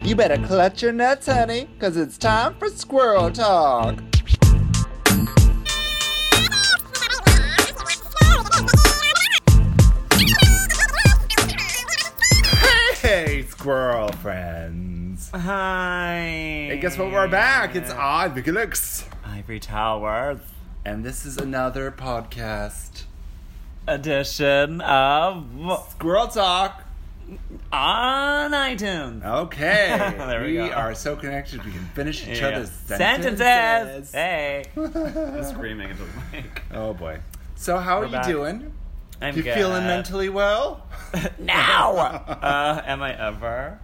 You better clutch your nuts, honey, because it's time for squirrel talk. Hey, squirrel friends. Hi. And guess what? We're back. It's I, Vicky Lux. Ivory Towers And this is another podcast. edition of Squirrel Talk. on Oh, iTunes. Okay. There we we go. are so connected. We can finish each Yeah. other's sentences. sentences. Hey, I'm screaming into the mic. oh, boy. So, how are We're you back. doing? I'm you good. feeling mentally well? now? uh, am I ever?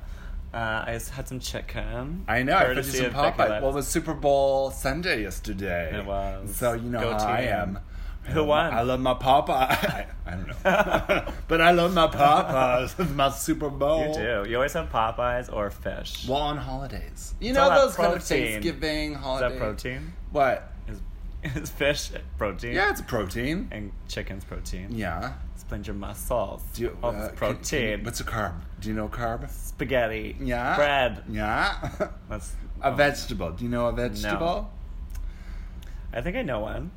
Uh, I just had some chicken. I know. I courtesy purchased some of Becky Popeye. Lutz. Well, it was Super Bowl Sunday yesterday. It was. So you know Go how I team. am. I Who love my- won? I love my Popeye. I, I don't know, but I love my Popeyes. my Super Bowl. you do. You always have Popeyes or fish. Well, on holidays, you all know that those kind of protein. Thanksgiving Is holidays. that protein? What? Is, is fish protein? Yeah, it's protein. And chicken's protein. Yeah. Splint your muscles. Do you, All uh, this can- protein. can- what's a carb? Do you know carb? Spaghetti. Yeah. Bread. Yeah. That's. a oh, vegetable. Do you know a vegetable? I think I know one.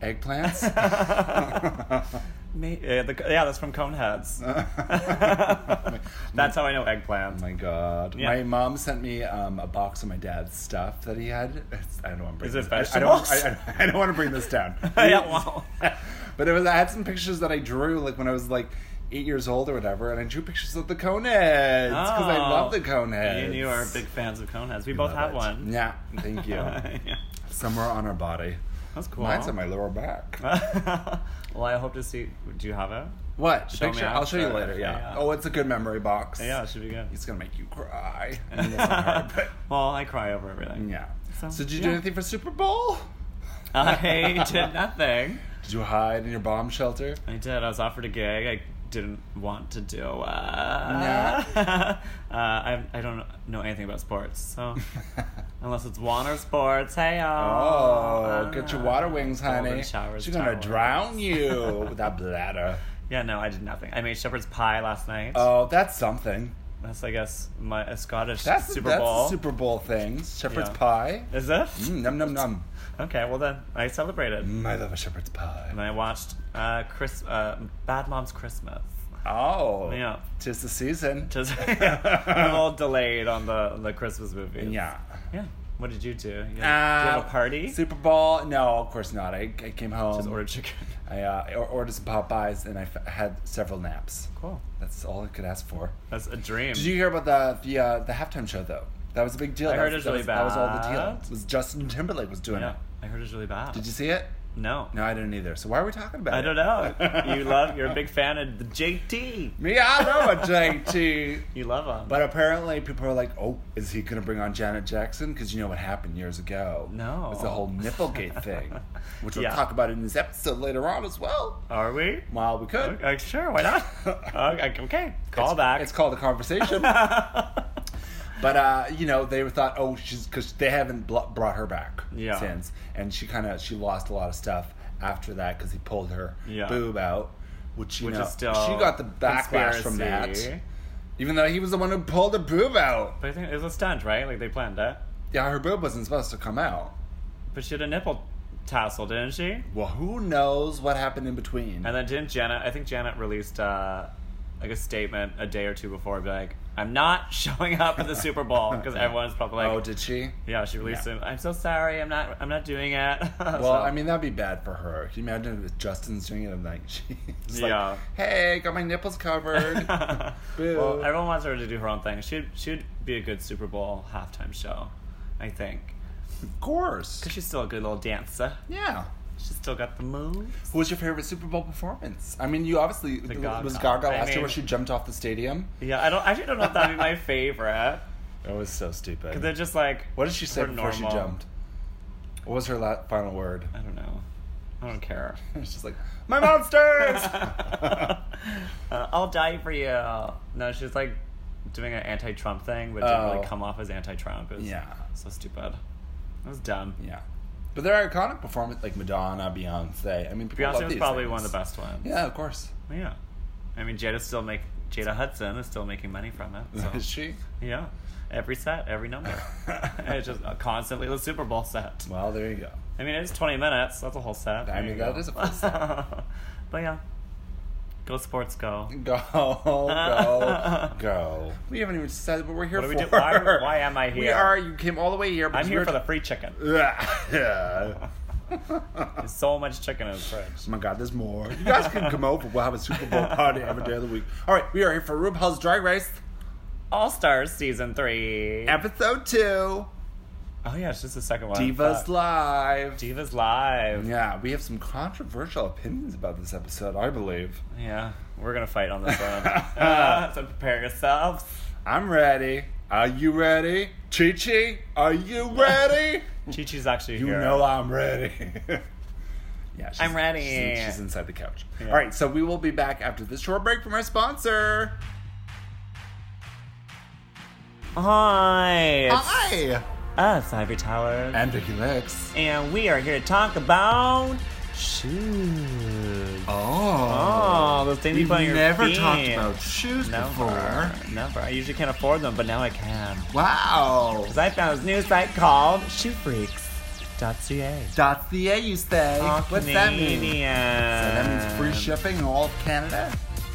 Eggplants. May- yeah, the, yeah, that's from Coneheads. that's how I know eggplant. Oh my god! Yeah. My mom sent me um, a box of my dad's stuff that he had. It's- I don't want to bring. Is it this, I, I don't. vegetables? I, I, I don't want to bring this down. yeah, wow. but it was. I had some pictures that I drew like when I was like eight years old or whatever, and I drew pictures of the Coneheads because I love the Coneheads. Oh. You and you are big fans of Coneheads. We I both love have it. one. Yeah. Thank you. Yeah. Somewhere on our body. That's cool. Uh, Mine's on my lower back. well, I hope to see. Do you have it? What? Show me Picture? I'll show you after. later. Yeah. Yeah. Oh, it's a good memory box. Yeah, it should be good. It's gonna make you cry. I mean, that's not hard, but- well, I cry over everything. Yeah. So, So, did you do yeah. anything for Super Bowl? I did nothing. Did you hide in your bomb shelter? I did. I was offered a gig. I didn't want to do. Uh, Yeah. uh, I I don't know anything about sports, so unless it's water sports, hey y'all. Uh, oh, get your water wings, honey. Showers, She's gonna towels. drown you with that bladder. Yeah, no, I did nothing. I made shepherd's pie last night. Oh, that's something. That's I guess my a Scottish That's Super that's Bowl. Super Bowl things. Shepherd's Yeah. pie. Is it? Mm, num num num. Okay, well then I celebrated Mm, I love a shepherd's pie. and I watched uh, Chris uh, Bad Mom's Christmas. Oh, Yeah. Tis the season. Just I'm all delayed on the on the Christmas movies. yeah. Yeah. What did you do? You, did you Uh, have a party? Super Bowl? No, of course not. I, I came home. Just ordered chicken. I uh, or- ordered some Popeyes and I f- had several naps. Cool. That's all I could ask for. That's a dream. Did you hear about the the uh, the halftime show though? That was a big deal. I that heard was, it's really that was, That was all the deal. bad. It was Justin Timberlake was doing yeah, it. I heard it's really bad. Did you see it? No. No, I didn't either. So why are we talking about it? I don't know. you love. You're a big fan of the JT. Me, I know a JT. You love him. But apparently, people are like, "Oh, is he going to bring on Janet Jackson?" Because you know what happened years ago. No. it was the whole Nipplegate thing, which we'll Yeah. talk about in this episode later on as well. are we? While we could, Okay, sure. Why not? okay. okay. Call It's- back. It's called a conversation. but uh, you know, they thought, oh, she's because they haven't bl- brought her back Yeah. since, and she kind of she lost a lot of stuff after that because he pulled her Yeah. boob out, which you Which know is still she got the backlash from that, conspiracy. even though he was the one who pulled her boob out. But I think it was a stunt, right? Like they planned it. Yeah, her boob wasn't supposed to come out. But she had a nipple tassel, didn't she? Well, who knows what happened in between? And then didn't Janet? I think Janet released uh, like a statement a day or two before, be like, "I'm not showing up at the Super Bowl because everyone's probably like, oh, did she? yeah, she released Yeah. it. I'm so sorry. I'm not. I'm not doing it." Well, I mean that'd be bad for her. Can you imagine if Justin's doing it and like she's Yeah. like, "Hey, got my nipples covered." Boo. well, everyone wants her to do her own thing. She'd she'd be a good Super Bowl halftime show, I think, Of course. because she's still a good little dancer. Yeah. She's still got the moves. Who was your favorite Super Bowl performance? I mean, you obviously it Gaga. was Gaga I last year mean- where she jumped off the stadium. Yeah, I don't actually don't know if that'd be my favorite. That was so stupid. They're just like, what did she say we're before she normal. jumped? What was her la- final word? I don't know. I don't care. She's like, "My monsters." Uh, I'll die for you. No, she's like doing an anti-Trump thing, but didn't Oh. really come off as anti-Trump. It's Yeah. so stupid. It was dumb. yeah. But they're iconic performances like Madonna, Beyonce. I mean, people love Beyonce was these probably things. one of the best ones. Yeah, of course. Yeah. I mean, Jada's still make Jada Hudson is still making money from it. So. Is she? yeah. every set, every number. it's just constantly the Super Bowl set. Well, there you go. I mean, it's 20 minutes. That's a whole set. I There mean, you that go. is a full set. but yeah, go sports, go. Go, go, go. We haven't even said what we're here What do for. we do? Why- why am I We here? are. You came all the way here. I'm because here we for were the free chicken. yeah. There's so much chicken in the fridge. Oh my God, there's more. You guys can come over. We'll have a Super Bowl party every day of the week. All right, we are here for RuPaul's Drag Race, All Stars season three. episode two, Oh yeah, it's just the second one. Divas Fuck. Live. Divas live. Yeah, we have some controversial opinions about this episode, I believe. Yeah, we're gonna fight on this one. Uh, so prepare yourselves. I'm ready. Are you ready? Chi Chi, are you ready? Chi Chi's actually you here. know I'm ready. yeah, she's, I'm ready. She's, she's inside the couch. Yeah. All right, so we will be back after this short break from our sponsor. Hi. It's Hi. us, Ivory Towers. And Vicky Licks. And we are here to talk about shoes. Oh. Oh, those things you We've put on your never feet. talked about shoes before. Never. Never. I usually can't afford them, but now I can. Wow. Because I found this new site called shoefreaks.ca. Dot CA, you say? Oh, What's that mean? Canadian. So that means free shipping in all of Canada?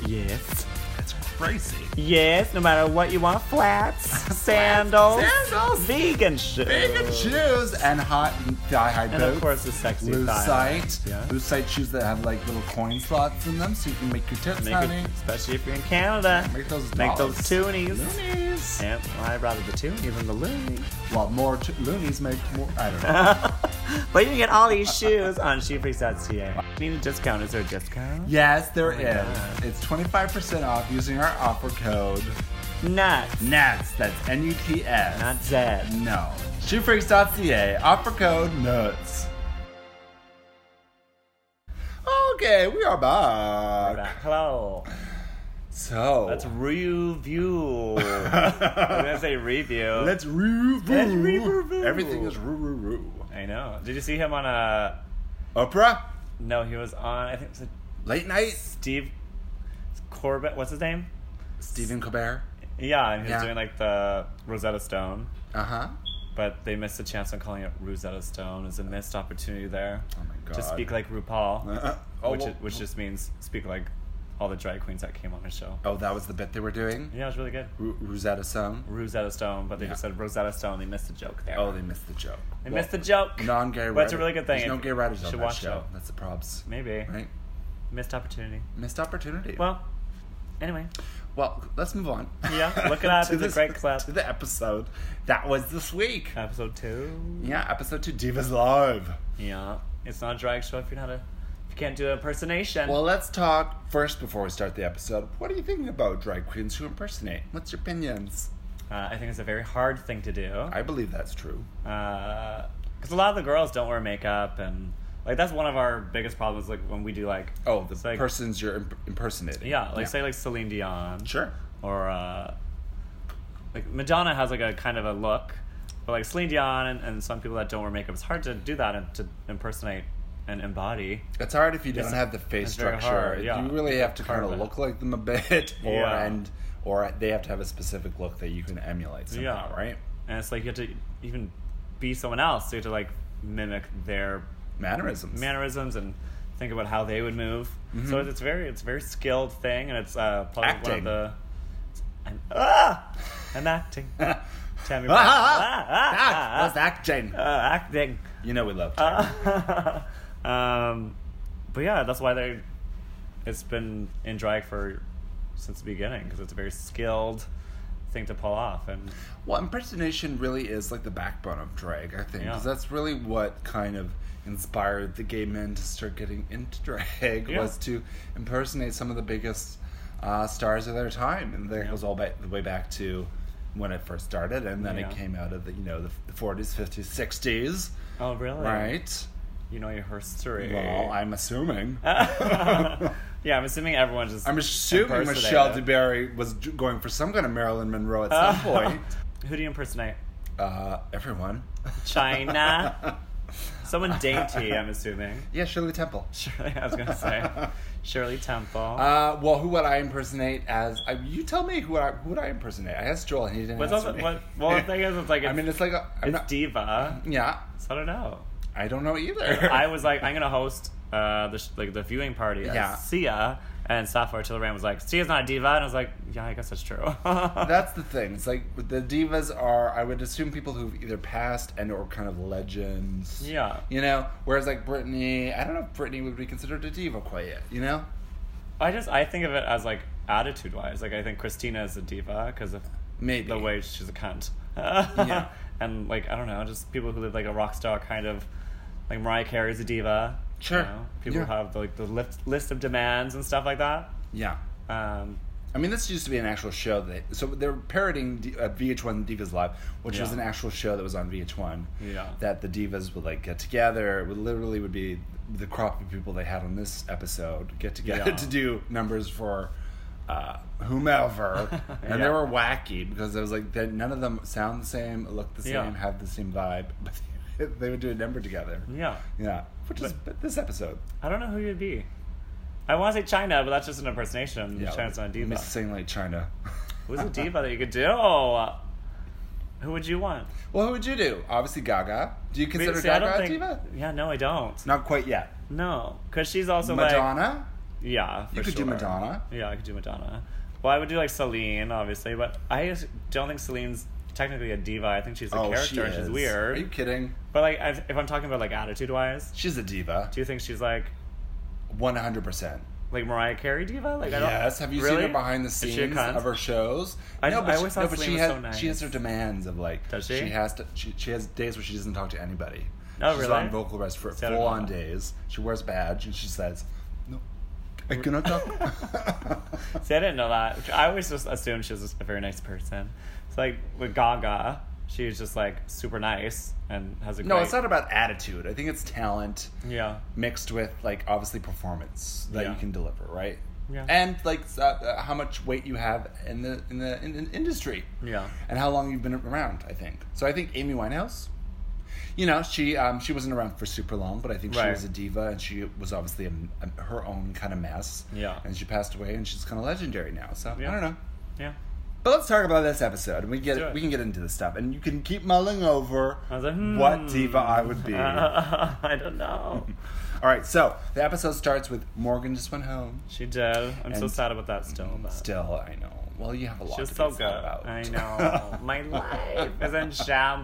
Yes. That's crazy. Yes, no matter what you want flats, sandals, sandals, vegan shoes. Vegan shoes and hot thigh-high And boots. of course, the sexy Loose thigh. sight, Yeah. loose sight shoes that have like little coin slots in them, so you can make your tips, Make honey. it, especially if you're in Canada. Make those Make dollars. those toonies. Loonies. Yep, well, I'd rather the toonie than the loonie. Well, more t- loonies make more. I don't know. But you can get all these shoes on shoefreaks.ca. Need a discount? Is there a discount? yes, there is. Oh God. It's twenty five percent off using our offer code Not. NUTS. That's N U T S. Not Zed. No. Shoefreaks.ca. Offer code NUTS. Okay, we are back. Hello. So Let's review. I'm gonna say review. Let's roo Let's roo, roo. Everything is roo roo roo. I know. Did you see him on a? Oprah, No, he was on. I think it was a late night. Steve Corbett. What's his name? Stephen Colbert. Yeah, and he was Yeah. doing like the Rosetta Stone, Uh huh. but they missed a chance on calling it Rosetta Stone. It's a missed opportunity there Oh my god. to speak like RuPaul, Uh, oh, which well- is, which just means speak like all the drag queens that came on his show. oh, that was the bit they were doing. Yeah, it was really good. Ru- Rosetta Stone. Rosetta Stone, but they just Yeah. said Rosetta Stone. They missed the joke there. Oh, they missed the joke. they missed the joke. Non-gay. But writer. it's a really good thing. There's no If- gay writers you on should that watch show. it. That's the props. Maybe Right. missed opportunity. Missed opportunity. Well, anyway, well, let's move on. Yeah, look it up. to It's a this- great Uh, clip. To the episode that was this week. episode two. Yeah, episode two, Divas Live. Yeah, it's not a drag show if you're not a, if you can't do an impersonation. Well, let's talk first before we start the episode. What are you thinking about drag queens who impersonate? What's your opinions? Uh, I think it's a very hard thing to do. I believe that's true. Because a lot of the girls don't wear makeup, and like that's one of our biggest problems. Like when we do like, Oh, the it's like, persons you're imp- impersonating. yeah, like say like Celine Dion, Sure. or uh, like Madonna has like a kind of a look, but like Celine Dion and, and some people that don't wear makeup, it's hard to do that and to impersonate and embody. It's hard if you don't It's- have the face it's very structure. hard, yeah. You really have to Part kind of of it. look like them a bit, or Yeah. and or they have to have a specific look that you can emulate somehow, Yeah. right? And it's like you have to even be someone else. So you have to like mimic their Mannerisms. mannerisms Mm-hmm. and think about how they would move. So it's, it's very it's a very skilled thing, and it's uh, probably one Acting. of the. I'm, ah, I'm acting. Ah, Tammy. ah, Brown. Ah, ah, ah, ah, that's acting. ah, uh, acting. You know we love. Time. Ah. um, but yeah, that's why they. It's been in drag for since the beginning because it's a very skilled thing to pull off, and Well, impersonation really is like the backbone of drag, I think, Yeah. because that's really what kind of inspired the gay men to start getting into drag Yeah. was to impersonate some of the biggest uh, stars of their time, and that Yeah. goes all ba- the way back to when it first started, and then Yeah. it came out of the you know the forties, fifties, sixties, oh really? right? You know your history. Well, I'm assuming. yeah, I'm assuming everyone's just. I'm assuming impersonated. Michelle DeBerry was d- going for some kind of Marilyn Monroe at some point. Who do you impersonate? Uh, everyone. China. Someone dainty, I'm assuming. Yeah, Shirley Temple. Shirley, I was gonna say Shirley Temple. Uh, well, who would I impersonate as? I, you tell me who would I, who would I impersonate? I asked Joel, and he didn't What's answer also, me. what, well, the thing is, it's like it's, I mean, it's like a, I'm it's not, diva. yeah, So I don't know. I don't know either. I was like, I'm gonna host uh, the sh- like the viewing party. at Yeah. Sia and Sapphire Tillerman was like, Sia's not a diva, and I was like, Yeah, I guess that's true. That's the thing. It's like the divas are. I would assume people who've either passed and or kind of legends. yeah. You know, whereas like Britney, I don't know if Britney would be considered a diva quite yet. You know, I just I think of it as like attitude wise. Like I think Christina is a diva because of maybe the way she's a cunt. And like I don't know, just people who live like a rock star kind of like Mariah Carey's a diva. you Sure. know? People Yeah. have like the list list of demands and stuff like that. Yeah, Um, I mean this used to be an actual show that so they're parroting D, uh, VH1 Divas Live, which was an Yeah. actual show that was on VH1. Yeah. that the divas would like get together. It would literally would be the crop of people they had on this episode get together Yeah. to do numbers for uh, whomever, and they Yeah. were wacky because it was like that none of them sound the same, look the same, Yeah. have the same vibe, but they, they would do a number together. yeah. Yeah, which is but this episode. I don't know who you'd be. I want to say China, but that's just an impersonation. Yeah, China's not a diva. Miss Sing like China. Who's a diva that you could do? Who would you want? Well, who would you do? Obviously Gaga. Do you consider See, I Gaga don't a think- diva? Yeah, no, I don't. Not quite yet. No, because she's also like Madonna. yeah. For you could do sure. Madonna. Yeah, I could do Madonna. Well, I would do like Celine, obviously, but I just don't think Celine's technically a diva. I think she's a oh, character. she and is. She's Are you weird. kidding? But like, I, if I'm talking about like attitude wise, She's a diva. do you think she's like One hundred percent. like Mariah Carey diva? Like, I don't. Yes. Have you really? seen her behind the Is she a scenes cunt? of her shows? I- no, but I she, always thought no, but she Celine was has so nice. she has her demands of like Does she? has to she, she has days where she doesn't talk to anybody. Oh, she's really? on vocal rest for See, I don't full know on that. days. She wears a badge and she says, "No, I cannot talk." See, I didn't know that. I always just assumed she was just a very nice person. It's like with Gaga, she's just like super nice and has a no, great, it's not about attitude. I think it's talent. yeah. mixed with like obviously performance that Yeah. you can deliver, right? Yeah. And like uh, uh, how much weight you have in the in the in, in industry. Yeah. And how long you've been around, I think. So I think Amy Winehouse. You know, she um, she wasn't around for super long, but I think she Right. was a diva, and she was obviously a, a- her own kind of mess. Yeah. And she passed away, and she's kind of legendary now. So Yeah. I don't know. Yeah. But let's talk about this episode. We get Do it. we can get into this stuff, and you can keep mulling over I was like, hmm. what diva I would be. I don't know. All right, so the episode starts with Morgan just went home. She did. I'm so And- sad about that still. But Still, I know. Well, you have a lot she's to so be good. sad about. I know. My life is in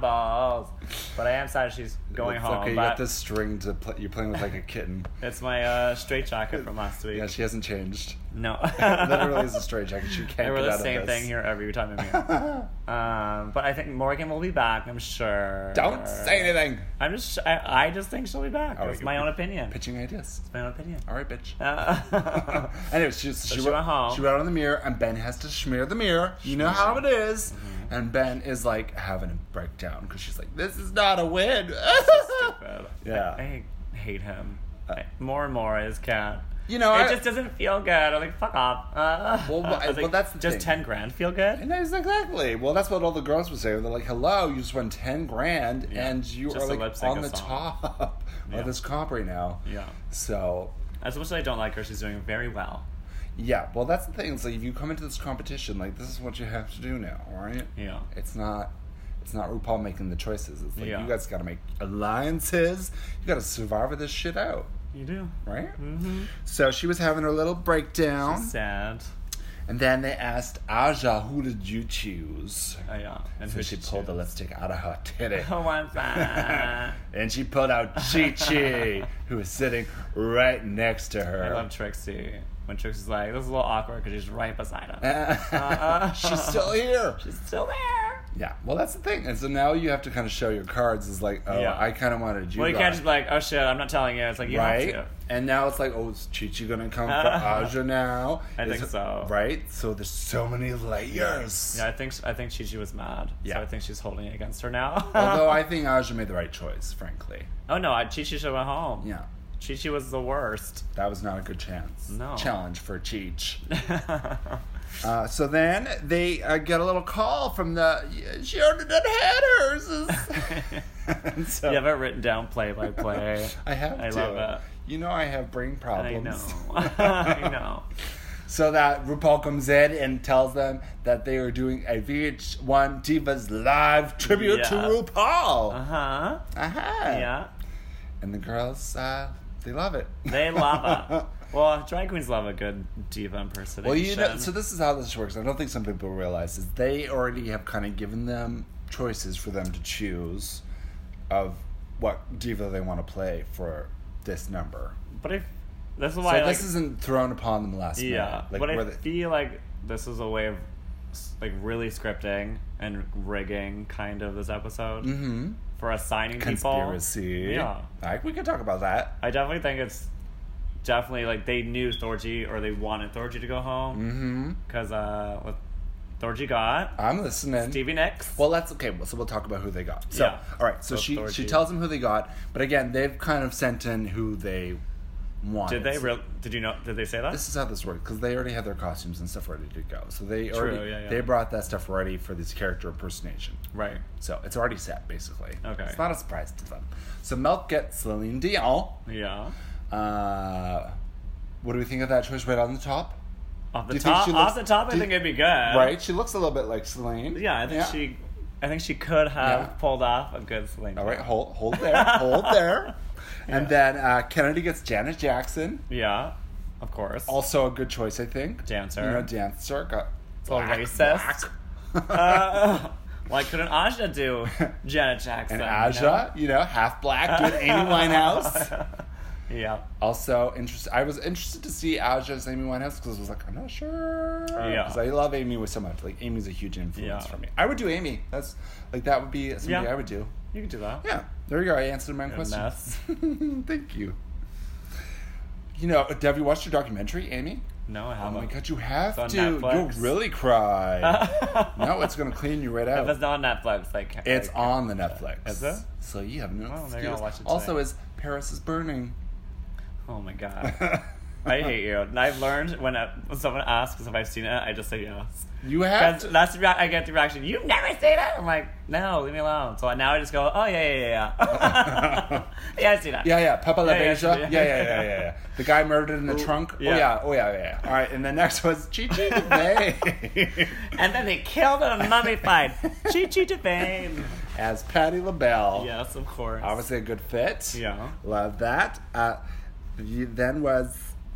shambles. But I am sad she's going It's home. Okay, you but got this string to play. You're playing with like a kitten. It's my uh, straight jacket from last week. Yeah, she hasn't changed. No. Literally, is a straight jacket. She can't I wear get out the of same this. thing here every time I'm here. um, but I think Morgan will be back. I'm sure. Don't say anything. I'm just. I, I just think she'll be back. Oh, That's you- my own opinion. Pitching ideas. It's my own opinion. All right, bitch. Uh, anyway, she, so she, she wrote- went home. She went out on the mirror, and Ben has to smear the mirror. You know how it is. Mm-hmm. And Ben is like having a breakdown because she's like, "This is not a win." but Yeah. Uh, I, I hate him. I- more and more is cat. You know, it I- just doesn't feel good. I'm like, fuck off. Uh, Well, wh- I was well, that's the just thing. ten grand feel good. And that's exactly. Well, that's what all the girls would say. They're like, "Hello, you just won ten grand, Yeah. and you Just are to lip like on sync a the song." top Yeah. of this comp right now." Yeah. So, As much as I don't like her, she's doing very well. yeah. Well, that's the thing. It's like if you come into this competition, like this is what you have to do now, right? Yeah. It's not. It's not RuPaul making the choices. It's like Yeah. you guys got to make alliances. You got to survive this shit out, You do. right? Mm-hmm. So she was having her little breakdown, Sad. and then they asked Aja, "Who did you choose?" Oh, yeah. And So who Oh, she did pulled the you- lipstick out of her titty. Who wants that? and she pulled out Chi Chi, who was sitting right next to I her. love Trixie. When Trixie's like, this is a little awkward because she's right beside us. Uh-huh. Uh, She's still here. She's still there. Yeah. Well, that's the thing. And so now you have to kind of show your cards. Is like, oh, Yeah. I kind of wanted you. Well, you guys. can't just be like, oh shit, I'm not telling you. It's like, you right? have to. And now it's like, oh, is Chi Chi gonna come for Aja now? I Is think it- so. Right. So there's so many layers. Yeah, I think I think Chi Chi was mad. Yeah. So I think she's holding it against her now. Although I think Aja made the right choice, frankly. Oh no, I- Chi Chi should have went home. Yeah. Chi Chi was the worst. That was not a good chance. No. Challenge for Cheech. yeah. Uh, so then they uh, get a little call from the she already done had hers. And so- you have it written down play by play. Oh. I have. I to. love that. You know I have brain I know. problems. I know. So that RuPaul comes in and tells them that they are doing a VH1 Divas live tribute to Yeah. RuPaul. Uh Uh-huh. huh. Yeah. And the girls, uh, they love it. They love it. Well, drag queens love a good diva impersonation. Well, you know, so this is how this works. I don't think some people realize is they already have kind of given them choices for them to choose of what diva they want to play for this number. But if this is So why, like, this isn't thrown upon them last yeah. minute. Like, but I where they- feel like this is a way of s- like really scripting and rigging kind of this episode Mhm. for assigning conspiracy. people. Yeah, like we could talk about that. I definitely think it's definitely like they knew Thorgy or they wanted Thorgy to go home Mm-hmm. because uh, what Thorgy got I'm listening. Stevie Nicks. Uh, Well, that's okay. Well, so we'll talk about who they got. So, Yeah. all right. So So she authority. she tells them who they got, but again, they've kind of sent in who they want. did they real? Did you know? Did they say that? This is how this works because they already had their costumes and stuff ready to go. So they True, already yeah, yeah. they brought that stuff ready for this character impersonation. right. So it's already set basically. Okay. It's not a surprise to them. So Melk gets Celine Dion. Yeah. Uh, what do we think of that choice right on the top? Off Do the you think top, she off the looks- top, I do you- think it'd be good. right. She looks a little bit like Celine. Uh, Yeah, I think she, I think she could have Yeah. pulled off a good sling. All right, hold hold there, hold there. And then uh, Kennedy gets Janet Jackson. Yeah, of course. Also a good choice, I think. Dancer. You know, dancer. Got it's all whack, racist. whack. Uh, why couldn't Aja do Janet Jackson? and you know? Aja, you know, half black with Amy Winehouse. yeah. Also, interest. I was interested to see Aja as Amy Winehouse because I was like, I'm not sure. Oh, Yeah. Because I love Amy with so much. Like, Amy's a huge influence Yeah. for me. I would do Amy. That's like that would be something Yeah. I would do. You could do that. Yeah, there you go. I answered my own You're a question. mess. Thank you. You know, have you watched your documentary, Amy? No, I Oh my haven't. god, you have on to. Netflix. You'll really cry. no, it's gonna clean you right If it's out. not on Netflix, I can't. It's I can't. on the Netflix. Is it? So you have no Oh, maybe I'll excuse. watch it today. also, is Paris is burning? Oh my god. I hate you. And I've learned when, I, when someone asks if I've seen it, I just say yes. you have That's, to. that's the rea- I get the reaction. You've never seen it. I'm like, no, leave me alone. So now I just go, oh yeah, yeah, yeah, yeah. yeah, I see that. Yeah, yeah, Peppa La Yeah, yeah, Beija. Yeah, yeah. yeah, yeah, yeah, yeah, yeah. The guy murdered in the trunk. Oh yeah. yeah, oh yeah, yeah. All right, and the next was Chi Chi DeVay And then they killed and mummified. Chi Chi Devane. as Patty LaBelle. Yes, of course. Obviously a good fit. Yeah. Love that. Uh, you- then was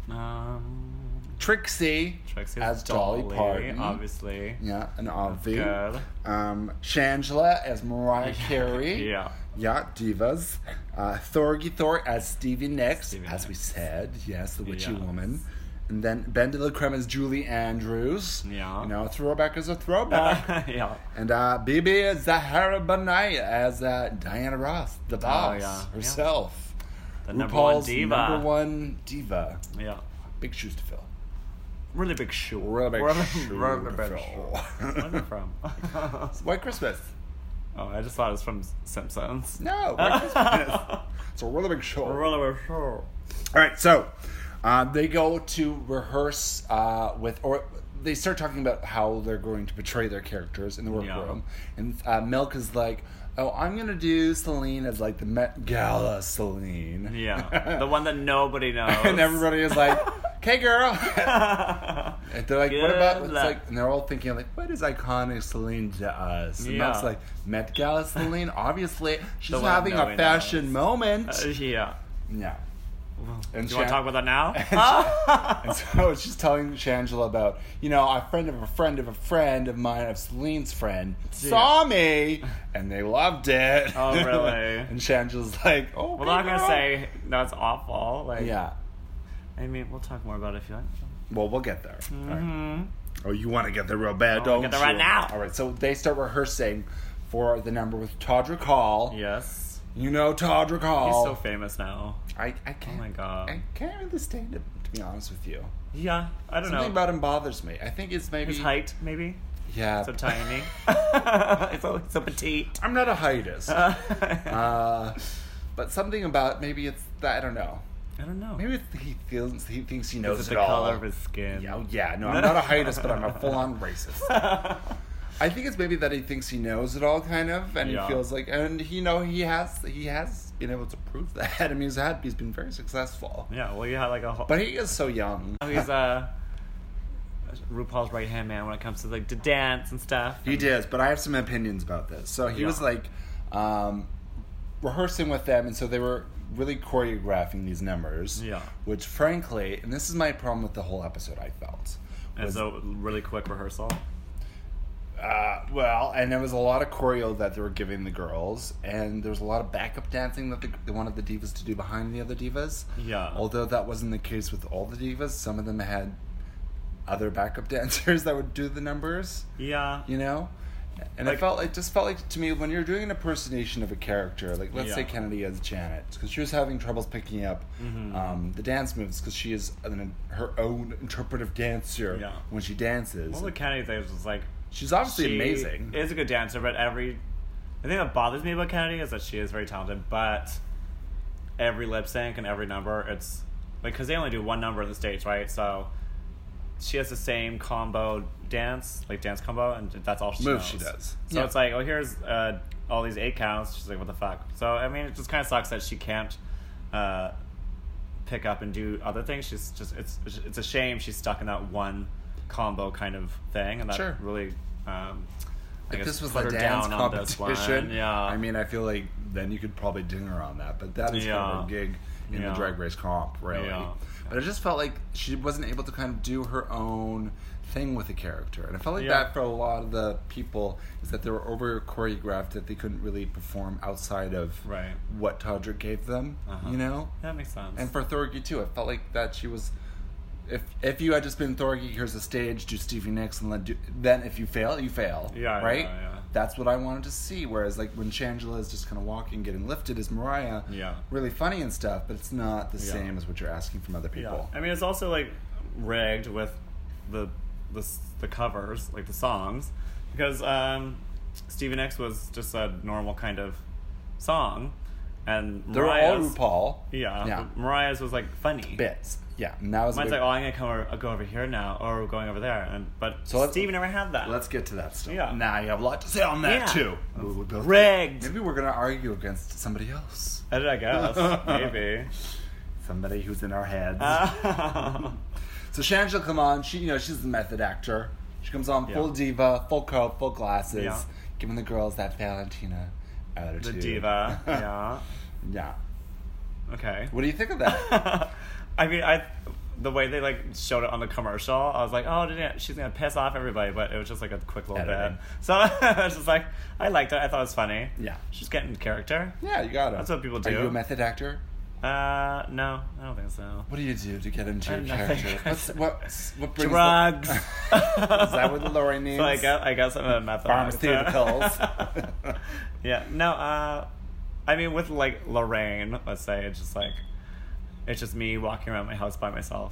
Um, Trixie, Trixie as Dolly, Parton. obviously. Yeah, an obvi. Good. Um, Shangela as Mariah Carey. Yeah. Yeah, divas. Uh, Thorgy Thor as Stevie Nicks, Stevie as we Nicks. said. Yes, the witchy Yes. woman. And then Ben de la Creme as Julie Andrews. Yeah. You know, a throwback is a throwback. yeah. And uh, Bibi is Zahara Banaya as uh, Diana Ross, the boss Oh, yeah. herself. The number one RuPaul's diva. Number one diva. Yeah. Big shoes to fill. Really big shoe. Real big really, shoe really to big fill. shoe. Where's it from? oh, White Christmas. I just thought it was from Simpsons. No, White Christmas. It's a really big show. All really big shoe. right, so uh, they go to rehearse uh, with, or they start talking about how they're going to portray their characters in the Yeah. workroom. And uh, Milk is like, oh, I'm going to do Celine as like the Met Gala Celine. Yeah. The one that nobody knows. and everybody is like, "Okay, girl." and they're like, "What about?" Good It's luck. like, and they're all thinking like, "What is iconic Celine to us?" And Yeah. that's like Met Gala Celine. Obviously, she's The one having a knowing fashion us. moment. Uh, yeah. yeah. Do you And, want to Shan- talk about that now? and so she's telling Shangela about, you know, a friend of a friend of a friend of mine, of Celine's friend, saw me, and they loved it. Oh, really? and Shangela's like, oh, Well, I'm not gonna say that's awful. Like, Yeah. I mean, we'll talk more about it if you want. Well, we'll get there. All right. hmm Oh, you want to get there real bad, I don't wanna get there you? right now. All right, so they start rehearsing for the number with Todrick Hall. Yes. You know Todrick He's Hall. so famous now. I, I can't. my God. I can't really stand him, to be honest with you. Yeah, I don't Something know. about him bothers me. I think it's maybe His height, maybe. Yeah. So tiny. it's so, so petite. I'm not a heightist. Uh, uh, but something about maybe it's that I don't know. I don't know. Maybe it's, he feels he thinks he knows Is it it the all. oh, color of his skin? Yeah, oh, yeah, no, I'm not a heightist, but I'm a full-on racist. I think it's maybe that he thinks he knows it all, kind of, and Yeah. he feels like, and he know he has he has been able to prove that. I mean, he's had he's been very successful, Yeah, well, you had like a whole. but he is so young. he's uh, RuPaul's right hand man when it comes to like to dance and stuff. He does, but I have some opinions about this. So he Yeah. was like um, rehearsing with them, and so they were really choreographing these numbers. Yeah. Which, frankly, and this is my problem with the whole episode, I felt. As was, a really quick rehearsal. uh, well, and there was a lot of choreo that they were giving the girls, and there was a lot of backup dancing that the, they wanted the divas to do behind the other divas. Yeah. Although that wasn't the case with all the divas, some of them had other backup dancers that would do the numbers. Yeah. you know and I Like- felt it just felt like to me when you're doing an impersonation of a character like let's say Yeah. kennedy as janet because she was having troubles picking up Mm-hmm. um, the dance moves because she is an, her own interpretive dancer Yeah. when she dances Well, the Kennedy thing was like she's obviously she amazing Is a good dancer, but every the thing that bothers me about Kennedy is that she is very talented, but every lip sync and every number, it's like because they only do one number on the stage, right? So she has the same combo dance, like dance combo, and that's all she Move knows. she does. So Yeah. it's like, oh, here's uh, all these eight counts. She's like, what the fuck? So I mean, it just kind of sucks that she can't. Uh, pick up and do other things. She's just it's it's a shame she's stuck in that one combo kind of thing, and that Sure. really. Um, I if guess this was put a her dance down on this one. competition yeah. i mean i feel like then you could probably ding her on that but that is kind of Yeah. a gig in Yeah. the drag race comp really Yeah. but i just felt like she wasn't able to kind of do her own thing with the character and i felt like Yeah. that for a lot of the people is that they were over choreographed that they couldn't really perform outside of Right. what todrick gave them Uh-huh. you know that makes sense. and for Thorgy too, I felt like that she was. If if you had just been Thorgy, here's the stage, do Stevie Nicks, and let do, then if you fail, you fail. Yeah, right. yeah, yeah. That's what I wanted to see. Whereas like when Shangela is just kind of walking, getting lifted as Mariah, Yeah. really funny and stuff, but it's not the Yeah. same as what you're asking from other yeah, people. I mean it's also like rigged with the the s- the covers, like the songs, because um, Stephen X was just a normal kind of song, and They're Mariah's, all RuPaul. Yeah, Yeah. Mariah's was like funny Bits. Yeah. And that was. a Mine's big- like, oh, I'm gonna come over, go over here now, or we're going over there. And but So let's- Stevie never had that. Let's get to that stuff. oh. Yeah. Now you have a lot to say on that Yeah. too. We- we both- rigged. Maybe we're gonna argue against somebody else, I did, I guess. Maybe. somebody who's in our heads. Uh, So Shangela come on. She, you know, she's the method actor. She comes on Yeah. full diva, full curl, full glasses, Yeah. giving the girls that Valentina the attitude. diva. Yeah. yeah. Okay. What do you think of that? I mean, I the way they like showed it on the commercial, I was like, oh, didn't it- she's gonna piss off everybody, but it was just like a quick little Editing. bit. So I was just like, I liked it. I thought it was funny. Yeah. She's getting character. yeah, you got it. That's what people Are do. you a method actor? Uh, no, I don't think so. What do you do to get into your I'm nothing. character? What's, what's, what brings drugs. The, is that what Lori needs? So I guess I guess I'm a method. Pharmaceuticals. yeah. No. Uh, I mean, with like Lorraine, let's say it's just like it's just me walking around my house by myself,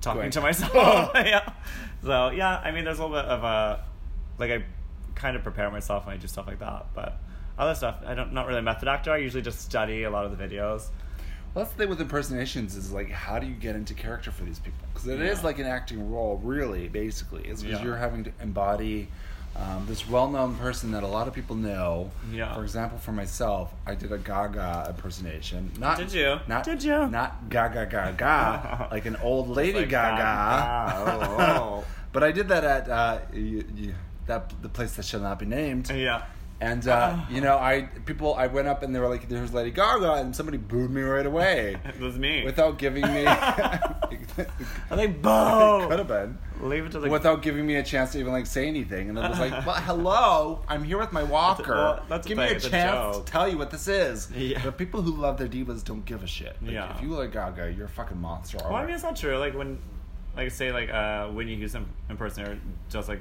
talking Going- to myself. yeah. So yeah, I mean, there's a little bit of a like I kind of prepare myself and I do stuff like that, but other stuff I don't not really a method actor. I usually just study a lot of the videos. Well, that's the thing with impersonations is like, how do you get into character for these people? Because it is Yeah. like an acting role, really, basically. It's because Yeah. you're having to embody um, this well known person that a lot of people know. Yeah. For example, for myself, I did a Gaga impersonation. Not Did you? Not Did you? Not Gaga Gaga, like an old lady Like Gaga. Gaga. Oh, oh. but I did that at uh, you, you, that the place that shall not be named. Yeah. And uh, Ah. you know, I people I went up and they were like, "There's Lady Gaga," and somebody booed me right away It was me. without giving me. I think It could have Bo. been Leave it to the without giving me a chance to even like say anything, and it was like, "Well, hello, I'm here with my walker. well, that's the Give me thing, a it's a chance joke." to tell you what this is." Yeah. But people who love their divas don't give a shit. Like, Yeah. If you like Gaga, you're a fucking monster. Well, I mean, it's not true. Like when, like say, like uh, Whitney Houston impersonator does like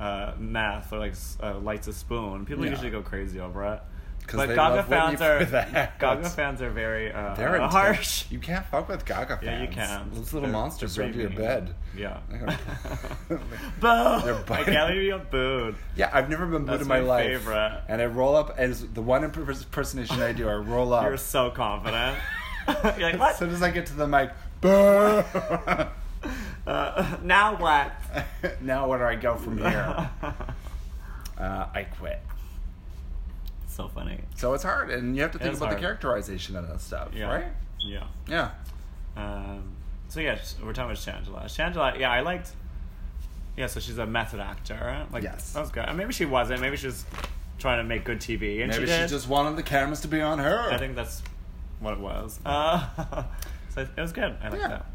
uh, math or like s- uh, lights a spoon. People Yeah. usually go crazy over it. 'Cause But they Gaga love Whitney fans for are that. Gaga fans are very uh, They're uh, intense. harsh. You can't fuck with Gaga fans. Yeah, you can. Those little They're- monsters are they're under your pretty bed. Yeah. They're gonna- Boo! I biting. can't leave you booed. Yeah, I've never been booed That's in my, my life. favorite. And I roll up as the one imper- impersonation I do. I roll up. You're so confident. You're like As what? soon as I get to the mic, boo. Uh, now what? now where do I go from here? uh, I quit. It's so funny. So it's hard, and you have to think is about the hard. characterization of that stuff, Yeah. right? Yeah. Yeah. Um, so yeah, sh- we're talking about Shangela. Shangela, yeah, I liked. Yeah, so she's a method actor. Like, Yes. that was good. And Maybe she wasn't. Maybe she was trying to make good TV, and Maybe she she, did. just wanted the cameras to be on her. I think that's what it was. Uh, so it was good. I like Yeah. that.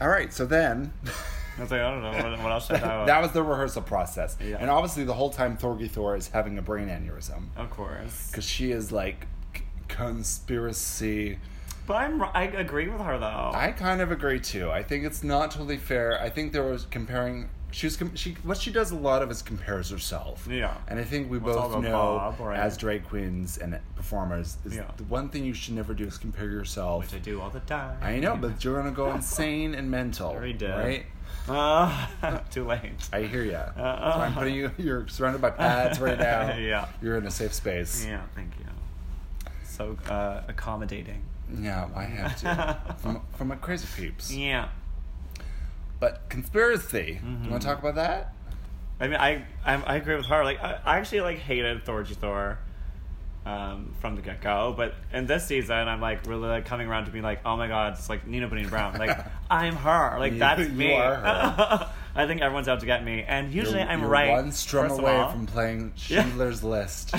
All right, so then. I was like, I don't know what, what else should I talk about. that was the rehearsal process. Yeah. And obviously, the whole time Thorgy Thor is having a brain aneurysm of course. because she is like c- conspiracy. But I'm I agree with her though. I kind of agree too. I think it's not totally fair. I think there was comparing. She was com- she what she does a lot of is compares herself. Yeah. and I think we Well, it's all both about know Bob, right? as drag queens and performers is Yeah. the one thing you should never do is compare yourself. which I do all the time. I know, but you're gonna go insane and mental, Very dead. right? Uh, too late. I hear ya. so I'm putting you. You're surrounded by pads right now. uh-huh. Yeah. you're in a safe space. Yeah, thank you. So uh, accommodating. Yeah, I have to from from my crazy peeps. Yeah. Mm-hmm. But conspiracy. You want to talk about that? I mean, I I, I agree with her. Like, I, I actually like hated Thorgy Thor um, from the get go, but in this season, I'm like really like, coming around to be like, oh my god, it's like Nina Bonina Brown. Like, I'm her. Like You- that's you me. are her. I think everyone's out to get me, and usually You're- I'm you're right. One strum first of away all. from playing Yeah. Schindler's List.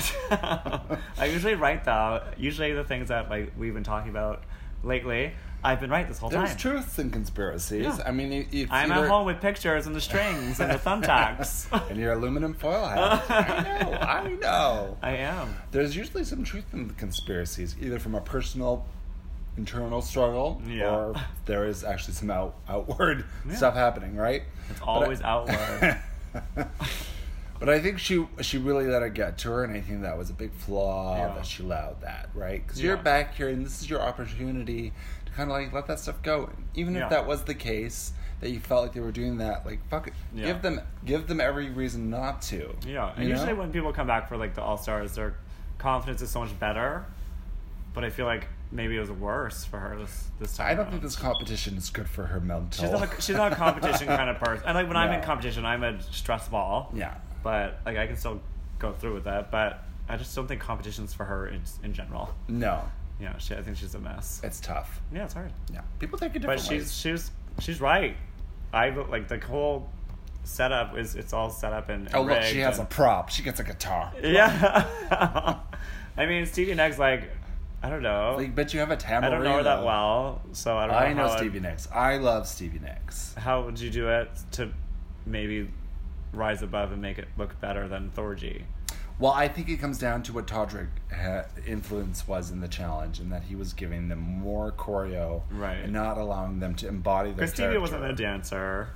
I usually write though. Usually the things that like we've been talking about lately, I've been right this whole There's time. truths in conspiracies. Yeah. I mean, it- it's I'm either- at home with pictures and the strings and the thumbtacks. and your aluminum foil hat. I know. I know. I am. There's usually some truth in the conspiracies, either from a personal, internal struggle, Yeah. or there is actually some out, outward Yeah. stuff happening, right? It's always outward. But I think she she really let it get to her, and I think that was a big flaw Yeah. that she allowed that, right? Because you're Yeah. back here, and this is your opportunity to kind of like let that stuff go. Even Yeah. if that was the case, that you felt like they were doing that, like fuck it, Yeah. give them give them every reason not to. Yeah, and you usually know? when people come back for like the All Stars, their confidence is so much better. But I feel like maybe it was worse for her this this time. I don't around. think this competition is good for her mental. She's not, a, she's not a competition kind of person. And like when I'm in No. competition, I'm a stress ball. yeah. but like I can still go through with that. But I just don't think competitions for her in, in general. No, Yeah, she, I think she's a mess. it's tough. Yeah, it's hard. Yeah, people take it But different she's ways. she's she's right. I be- like the whole setup is it's all set up and, and Oh look, rigged she has a and- prop. She gets a guitar. yeah. I mean, Stevie Nicks like I don't know. Like, but you have a tambourine. I don't know her that though. well, so I don't know. I know Uh, how Stevie It, Nicks. I love Stevie Nicks. how would you do it to maybe rise above and make it look better than Thorgy? Well, I think it comes down to what Todrick ha- influence was in the challenge, and that he was giving them more choreo Right. and not allowing them to embody their. Because Stevie wasn't a character. dancer.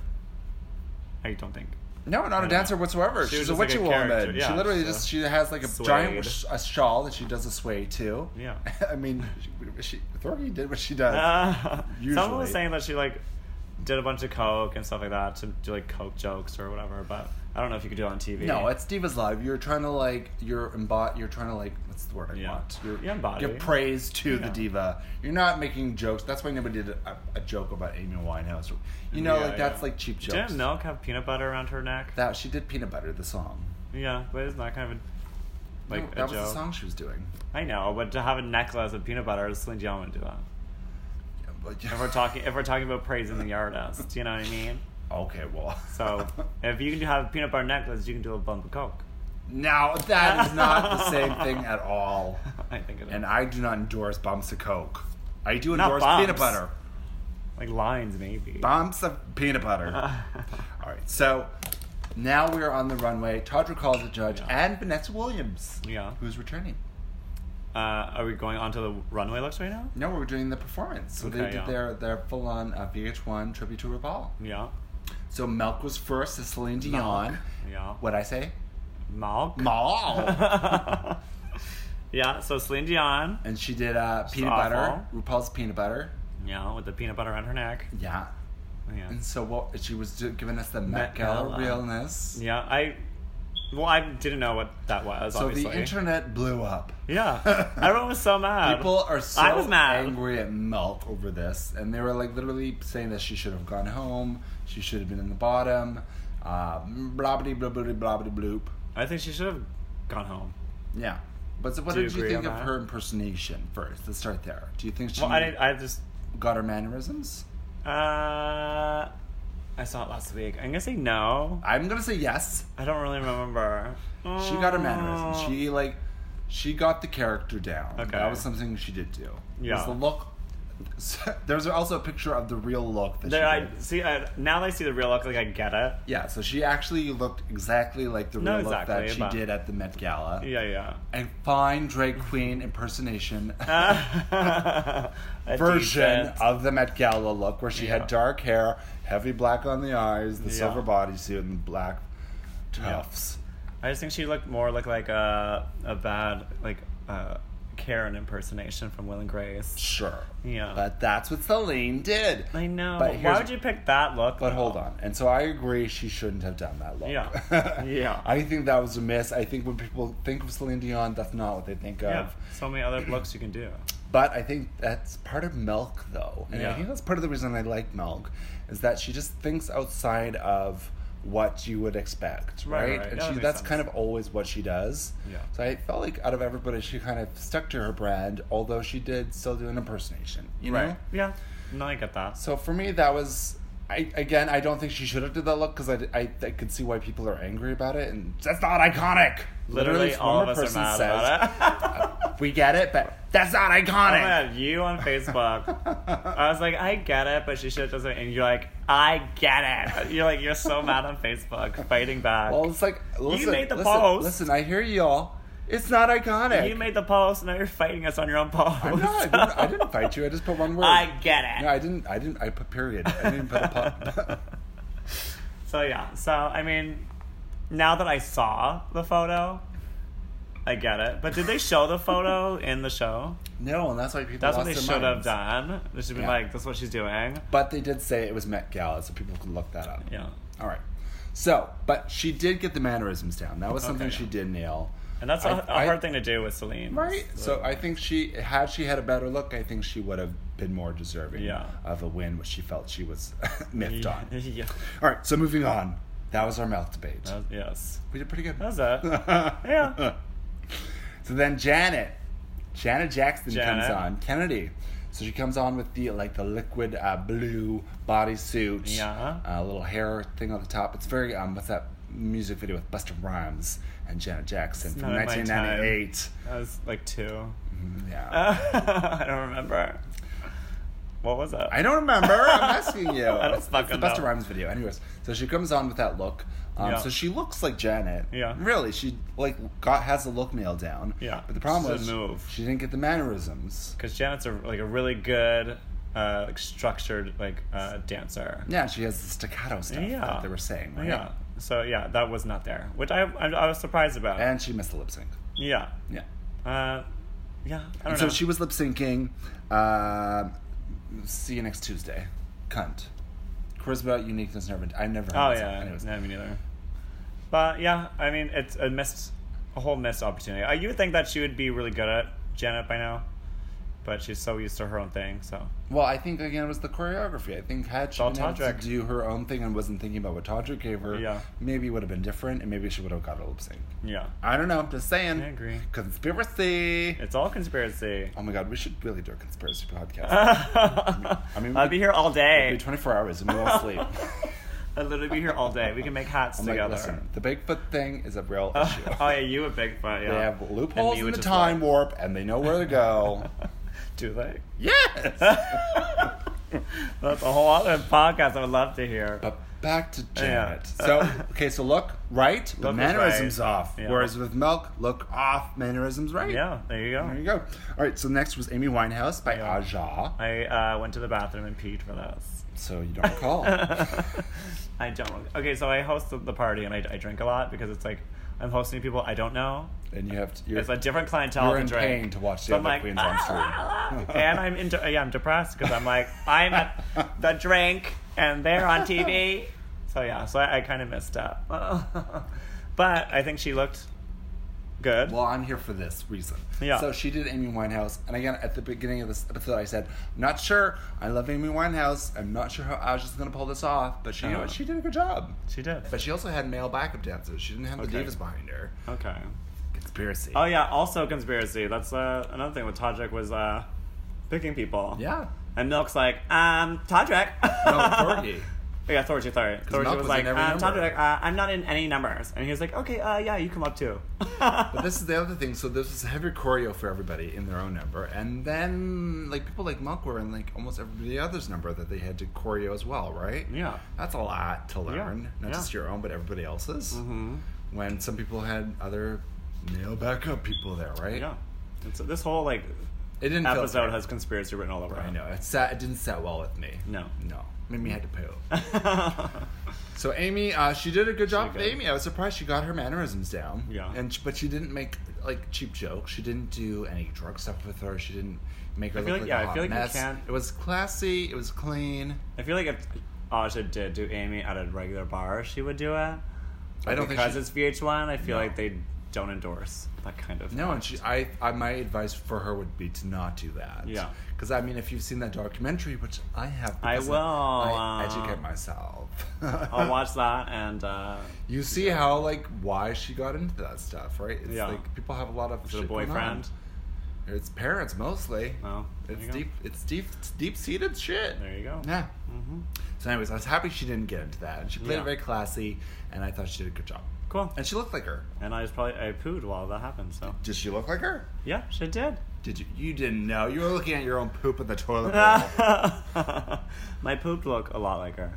I don't think. No, not a dancer whatsoever. She She's was a just like witchy a character, woman. yeah, she literally so- just she has like a Suede. giant sh- a shawl that she does a sway to. Yeah. I mean, she, she Thorgy did what she does. Uh, someone usually. was saying that she like did a bunch of coke and stuff like that to do like coke jokes or whatever, but I don't know if you could do it on TV. No, at Diva's Live, you're trying to like you're embot you're trying to like what's the word I Yeah. want? You're, You embody. give praise to the Yeah. diva. You're not making jokes. That's why nobody did a, a joke about Amy Winehouse. You know, Yeah, like that's yeah. like cheap jokes. Didn't Milk have peanut butter around her neck? That she did peanut butter the song. yeah, but isn't that kind of a, like No, a that was joke? the song she was doing. I know, but to have a necklace of peanut butter, Celine Dion would do that. Yeah, but- If we're talking, if we're talking about praising the artist, you know what I mean. okay, well, So if you can have a peanut butter necklace, you can do a bump of coke. now that is not the same thing at all. I think it is. And I do not endorse bumps of coke. I do Not endorse peanut bumps. butter. like lines maybe. Bumps of peanut Uh-huh. butter. All right, so now we're on the runway. Todrick calls the judge Yeah. and Vanessa Williams, yeah. who's returning. Uh, are we going onto the runway looks right now? No, we're doing the performance. So they Okay, did yeah. their, their full on uh, VH1 tribute to RuPaul. Yeah. So Milk was first, is Celine Dion. Yeah. What'd I say? Malk. Mal. yeah, so Celine Dion. and she did uh, peanut butter, awful. RuPaul's peanut butter. Yeah, with the peanut butter on her neck. Yeah. Yeah. And so what she was do- giving us the Met Met Gala Gala. realness. Yeah, I well I didn't know what that was, So obviously. the internet blew up. yeah. Everyone was so mad. People are so I was mad. angry at Milk over this, and they were like literally saying that she should have gone home, she should have been in the bottom, uh, blah blah blah blah blah blah bloop. I think she should have gone home. Yeah. But so what Do you did you, agree think on of that? her impersonation first? Let's start there. Do you think she Well, I didn't, I just got her mannerisms? uh, I saw it last week. I'm gonna say no. I'm gonna say yes. I don't really remember. Mm. She got her mannerisms. She like she got the character down. Oh. Okay. That was something she did do. It was Yeah. the look. There's also a picture of the real look that There, she I did. see. I, now that I see the real look, like I get it. Yeah, so she actually looked exactly like the real Not look that exactly, she but- did at the Met Gala. Yeah, yeah. A fine drag queen impersonation A version Ah, decent- of the Met Gala look, where she Yeah. had dark hair, heavy black on the eyes, the Yeah. silver bodysuit, and the black tufts. I just think she looked more like like a a bad like uh, Karen impersonation from Will and Grace. Sure. Yeah. But that's what Celine did. I know. But But why here's- would you pick that look? But hold though? on. And so I agree she shouldn't have done that look. Yeah. Yeah. I think that was a miss. I think when people think of Celine Dion, that's not what they think of. Yeah, so many other looks you can do. But I think that's part of Milk, though. And I Yeah. think that's part of the reason I like Milk, is that she just thinks outside of what you would expect, Right, right? right. And Yeah, that she, makes that's sense. kind of always what she does. Yeah. So I felt like out of everybody, she kind of stuck to her brand, although she did still do an impersonation, you know? Yeah. No, I get that. So for me, that was. I, again, I don't think she should have did that look because I, I, I could see why people are angry about it, and that's not iconic. Literally, this all of former us person are mad says, about it. We get it, but that's not Oh iconic. my god, you on Facebook. I was like, I get it, but she should have done something. And you're like, I get it. You're like, you're so mad on Facebook, fighting back. Well, it's like listen, made the listen, post. Listen, I hear y'all. It's not iconic. you made the post, and now you're fighting us on your own post. I'm not. I didn't, I didn't fight you. I just put one word. I get it. No, I didn't. I didn't. I put period. I didn't put a pop. so yeah, so I mean, now that I saw the photo, I get it. But did they show the photo in the show? no, and that's why people. That's lost what they their should minds. have done. They should have been Yeah. like, "That's what she's doing." But they did say it was Met Gala, so people could look that up. Yeah, All right. So, but she did get the mannerisms down. That was something yeah. she did nail. and that's a I- a I- hard thing to do with Celine, Right. So I think she, had she had a better look, I think she would have been more deserving Yeah. of a win, which she felt she was miffed yeah. on. yeah. All right, so moving on. That was our mouth debate. That- yes, we did pretty good. that was it. yeah. so then Janet, Janet Jackson Janet. comes on Kennedy. So she comes on with the like the liquid uh, blue bodysuit, Yeah. uh, little hair thing on the top. It's very um, what's that music video with Busta Rhymes and Janet Jackson from not in my time. 1998? That was like two. Yeah, I don't remember. What was that? I don't remember. I'm asking you. I don't It's- it's the fucking Busta know. Rhymes video. Anyways, so she comes on with that look. Um, Yeah. So she looks like Janet. Yeah. Really, she like got has the look nailed down. Yeah. But the problem It's was a move. she didn't get the mannerisms. Because Janet's a, like a really good, uh, like structured like uh, dancer. Yeah, she has the staccato stuff Yeah. that they were saying. Right? Yeah. So yeah, that was not there, which I I, I was surprised about. And she missed the lip sync. yeah. Yeah. Uh, yeah. I don't And know. so she was lip syncing. Um see you next Tuesday. Cunt. Charisma, uniqueness, nerve. I never. Oh heard that song. yeah, Anyways. no, me neither. But yeah, I mean, it's a missed, a whole missed opportunity. Uh, You would think that she would be really good at Janet by now, but she's so used to her own thing. So Well, I think again it was the choreography. I think had she all been able to Todrick. do her own thing and wasn't thinking about what Todrick gave her, Yeah. maybe it would have been different, and maybe she would have got a lip sync. yeah, I don't know. I'm just saying. I agree. Conspiracy. it's all conspiracy. Oh my god, we should really do a conspiracy podcast. I mean, we I'll could- be here all It'll day. be 24 hours and we won't sleep. I'll literally be here all day. We can make hats I'm like, together. listen, the Bigfoot thing is a real oh issue. yeah, you a Bigfoot? Yeah. They have loopholes me in with the just time like- warp, and they know where to go. Do they? yes. That's a whole other podcast. I would love to hear. But back to Yeah. Janet. So okay, so look right, but Look was mannerisms right. off. Yeah. Whereas with milk, look off, mannerisms right. yeah, there you go. There you go. All right, so next was Amy Winehouse by Yeah. Aja. I uh, went to the bathroom and peed for this. So you don't recall. I don't. Okay, so I host the- the party and I, I drink a lot because it's like I'm hosting people I don't know. and you have to, you're, It's a different clientele. you're than in drink. pain to watch the So I'm other like, "Ah!" queens on stream. and I'm into, yeah, I'm depressed because I'm like, I'm at the drink and they're on TV. So yeah, so I, I kind of messed up. but I think she looked Good. Well, I'm here for this reason. Yeah. So she did Amy Winehouse, and again at the beginning of this episode, I said, "Not sure. I love Amy Winehouse. I'm not sure how Ash is going to pull this off, but she, you know what? Uh-huh. She did a good job. she did. But she also had male backup dancers. She didn't have the Okay. divas behind her. Okay. Conspiracy. Oh yeah. Also conspiracy. That's uh, another thing with Todrick was uh, picking people. yeah. And Milk's like, um, Todrick. No, Fergie. Yeah, Thorgy, sorry. 'Cause Milk Thorgy was was like, in every um, number. Todrick, uh, I'm not in any numbers. And he was like, okay, uh, yeah, you come up too. But this is the other thing. So this was heavy choreo for everybody in their own number, and then like people like Monk were in like almost everybody else's number that they had to choreo as well, right? Yeah. That's a lot to learn, not yeah. just your own, but everybody else's. hmm When some people had other male backup people there, right? Yeah. And so this whole, like, It didn't feel episode fair. has conspiracy written all over I it. know it sat. It didn't set well with me. No. No, made me had to poo. so Amy, uh, she did a good job. She with did. Amy, I was surprised she got her mannerisms down. Yeah. and she, but she didn't make like cheap jokes. She didn't do any drug stuff with her. She didn't make her I look feel like, like- yeah, a I hot feel like you mess. can't- It was classy. It was clean. I feel like if Aja did do Amy at a regular bar, she would do it. But I don't think because she- it's VH1. I feel No. like they don't endorse that kind of. No, and she, I, I, my advice for her would be to not do that. Yeah. Because I mean, if you've seen that documentary, which I have, I because will, I uh, educate myself. I'll watch that and uh, You see how like why she got into that stuff, right? It's Yeah. like people have a lot of is shit it a going on. boyfriend? It's parents mostly. Well, there you it's go. deep. It's deep. It's deep seated shit. There you go. Yeah. hmm So, anyways, I was happy she didn't get into that, and she played Yeah. it very classy, and I thought she did a good job. Cool. And she looked like her. And I was probably I pooed while that happened. So Did she look like her? yeah, she did. Did you? You didn't know. You were looking at your own poop in the toilet bowl. My poop look a lot like her.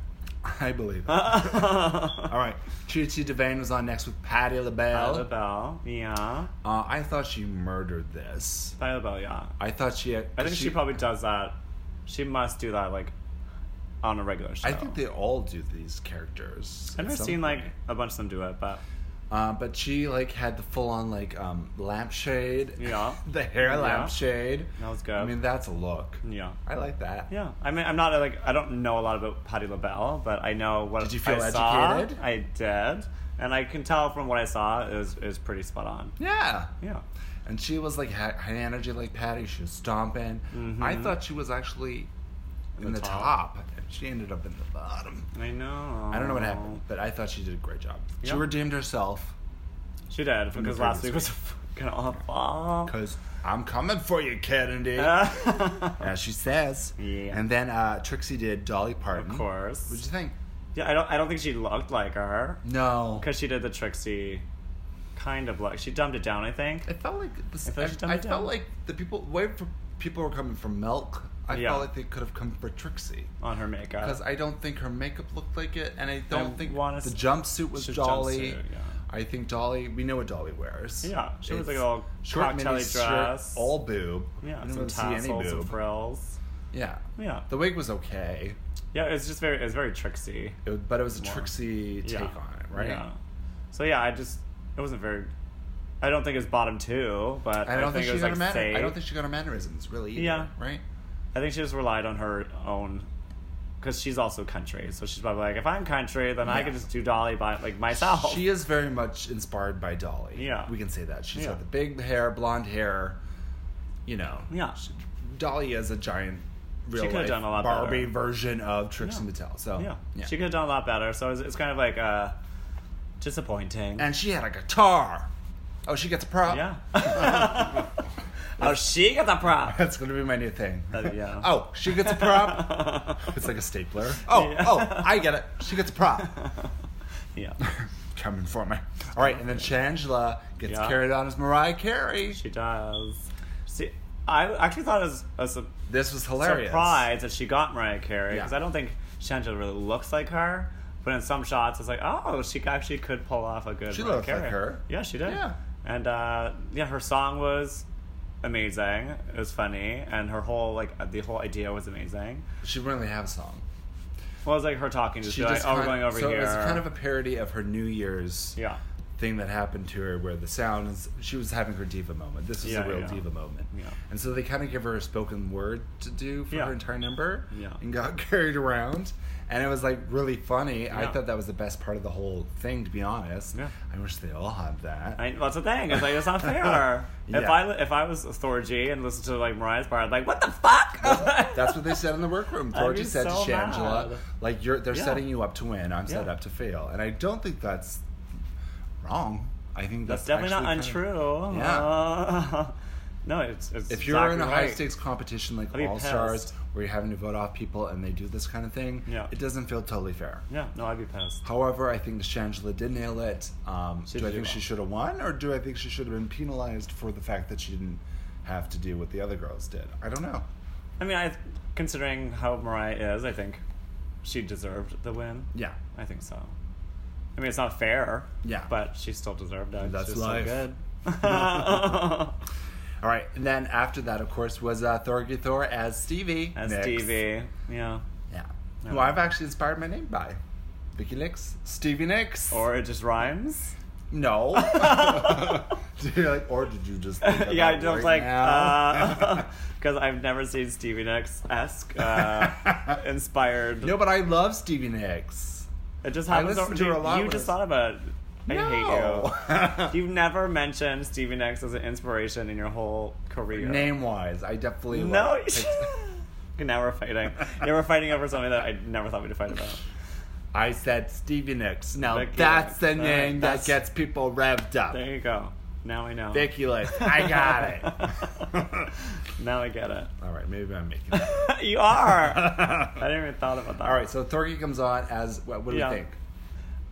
I believe it. All All right. Chi-Chi Devane was on next with Patty LaBelle. Viola Bell, yeah. Uh, I thought she murdered this. Viola Bell, yeah. I thought she. Had, I think she, probably does that. She must do that like on a regular show. I think they all do these characters. I've at never some seen like point. a bunch of them do it, but Uh, but she like had the full on like um, lampshade. Yeah. the hair Yeah. lampshade. That was good. I mean, that's a look. yeah. I like that. Yeah, I mean, I'm not like I don't know a lot about Patti LaBelle, but I know what Did you feel I saw. educated? I did, and I can tell from what I saw it was it was pretty spot on. Yeah. Yeah, And she was like ha- high energy like Patty. She was stomping. Mhm. I thought she was actually in, the, the top. top. and She ended up in the bottom. I know. I don't know what happened, but I thought she did a great job. She Oh. Yeah. redeemed herself She did From the because last week previous was fucking awful. because I'm coming for you, Kennedy. of as she says. Yeah. And then uh, Trixie did Dolly Parton. course. What'd you think? Mm-hmm. Yeah, I don't. I don't think she looked like her No. because she did the Trixie kind of look. She dumbed it down, I think. I felt like this, I I, felt she dumbed I it felt down. like the people way for people were coming for Milk. I Yeah. felt like they could have come for Trixie on her makeup. because I don't think her makeup looked like it, and I don't think wanna the s- jumpsuit was She Dolly. jumpsuit, yeah. I think Dolly. We know what Dolly wears. Yeah, she wears, It's like, a little cocktail-y mini skirt, dress. all boob. Yeah, You some don't see any tassels, some boob. frills. Yeah, Yeah, the wig was okay, yeah. It's just very. It's very Trixie. it, was- but it was a More. Trixie take Yeah. on it, right? Yeah. So yeah, I just it wasn't very. I don't think it's bottom two, but I don't think, it she was got like her manner. safe. I don't think she got her mannerisms really. Either, Yeah. Right. I think she just relied on her own, because she's also country, so she's probably like, if I'm country, then I Yeah. can just do Dolly by like myself. She is very much inspired by Dolly. Yeah. We can say that. She's Yeah. got the big hair, blonde hair. You know. Yeah. She- Dolly is a giant real could've life done a lot Barbie better. version of Trixie Yeah. Mattel. So yeah. she could have done a lot better. So it's, it's kind of like uh, disappointing. And she had a guitar. Oh, she gets a prop. yeah. oh, she got the prop. That's gonna be my new thing. Uh, yeah. oh, she gets a prop. it's like a stapler. Oh, Yeah. oh, I get it. She gets a prop. yeah, Coming for me. All right, and then Shangela gets Yeah. carried on as Mariah Carey. she does. See, I actually thought it was a su- This was hilarious. surprised that she got Mariah Carey because Yeah. I don't think Shangela really looks like her. But in some shots, it's like, oh, she actually could pull off a good. She Mariah looks like Carey. her. Yeah, she did. Yeah. And uh, yeah, her song was amazing. It was funny, and her whole like uh, the whole idea was amazing. She didn't really have a song. Well, it was like her talking, just, be like, oh, we're kind- going over so here. it was kind of a parody of her New Year's yeah. thing that happened to her where the sound is she was having her diva moment. This was Yeah, a real yeah. diva moment. Yeah. And so they kind of give her a spoken word to do for Yeah. her entire number Yeah. and got carried around. And it was like really funny. I Yeah. thought that was the best part of the whole thing, to be honest. Yeah. I wish they all had that. I, that's the thing. It's like it's not fair. If Yeah. I li- if I was Thor G and listened to like Mariah's part, I'd be like, what the fuck? That's what they said in the workroom. I'd be Georgie said so to Shangela, mad. like you're they're Yeah. setting you up to win, I'm set Yeah. up to fail. And I don't think that's wrong. I think that's, That's definitely not actually kind of- untrue. Yeah. Uh, no, it's, it's if you're in a exactly high right. stakes competition like I'd be All Stars, pissed. where you're having to vote off people and they do this kind of thing, Yeah. it doesn't feel totally fair. Yeah, no, I'd be pissed. However, I think Shangela did nail it. Um, She do I did think well. she should have won, or do I think she should have been penalized for the fact that she didn't have to do what the other girls did? I don't know. I mean, I considering how Mariah is, I think she deserved the win. Yeah, I think so. I mean, it's not fair. Yeah. but she still deserved it. that's She's so life. good. All right, and then after that, of course, was uh, Thorgy Thor as Stevie. As Nicks. Stevie, yeah, Yeah. Yeah. Who I've actually inspired my name by. Vicky Nicks. Stevie Nicks. or it just rhymes. No. You're like, or did you just uh, think of yeah, I that was right like, now? because I've never seen Stevie Nicks esque uh, inspired. no, but I love Stevie Nicks. It just I happens. listen over- to her a lot You when just it's- thought about. it. I no. hate you. You've never mentioned Stevie Nicks as an inspiration in your whole career. Name wise, I definitely No. like- Okay, now we're fighting. Yeah, we're fighting over something that I never thought we'd fight about. I said Stevie Nicks. Now Vicky that's Nicks. the All right, name that's- that gets people revved up. There you go. Now I know. Vicky Nicks. I got it. now I get it. All right, maybe I'm making it. up. you are. I didn't even thought about that. All right, so Thorgy comes on as what, what do Yeah. you think?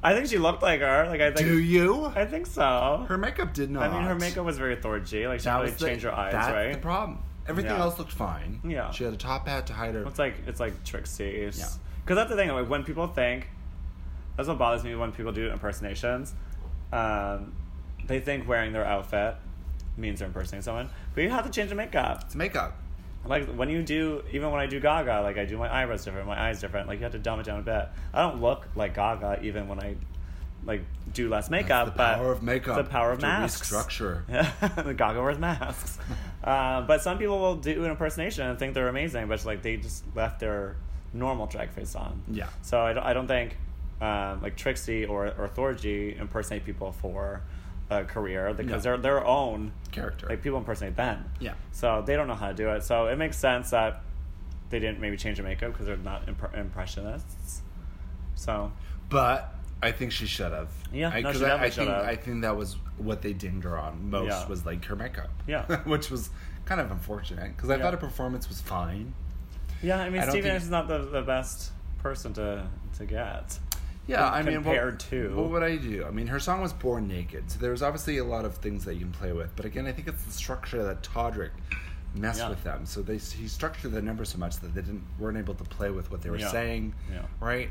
I think she looked like her. Like I think. Do you? I think so. Her makeup did not. I mean, her makeup was very Thor G. Like she That probably was the- changed her eyes, that's right? the problem. Everything Yeah. else looked fine. Yeah. She had a top hat to hide her. It's like it's like Trixie's. Yeah. Because that's the thing. Like when people think, that's what bothers me when people do impersonations. Um, they think wearing their outfit means they're impersonating someone, but you have to change the makeup. It's makeup. Like when you do, even when I do Gaga, like I do my eyebrows different, my eyes different. Like you have to dumb it down a bit. I don't look like Gaga even when I like do less makeup. the but power of makeup. It's the power of to masks. Restructure. the Gaga wears masks. uh, but some people will do an impersonation and think they're amazing, but it's like they just left their normal drag face on. Yeah. So I don't, I don't think um, like Trixie or, or Thorgy impersonate people for a career because No. they're their own. Character. Like people impersonate them. Yeah. So they don't know how to do it. So it makes sense that they didn't maybe change their makeup because they're not imp- impressionists. So But I think she should have. Yeah, I, no, 'cause she I- I, definitely should think have. I think that was what they dinged her on most Yeah. was like her makeup. Yeah. which was kind of unfortunate because I Yeah. thought her performance was fine. yeah, I mean I don't Steven think- is not the, the best person to to get. Yeah, I mean, what- compared to- what would I do? I mean, her song was born naked, so there was obviously a lot of things that you can play with. But again, I think it's the structure that Todrick messed Yeah. with them. So they he structured the number so much that they didn't weren't able to play with what they were Yeah. saying. Yeah. Right.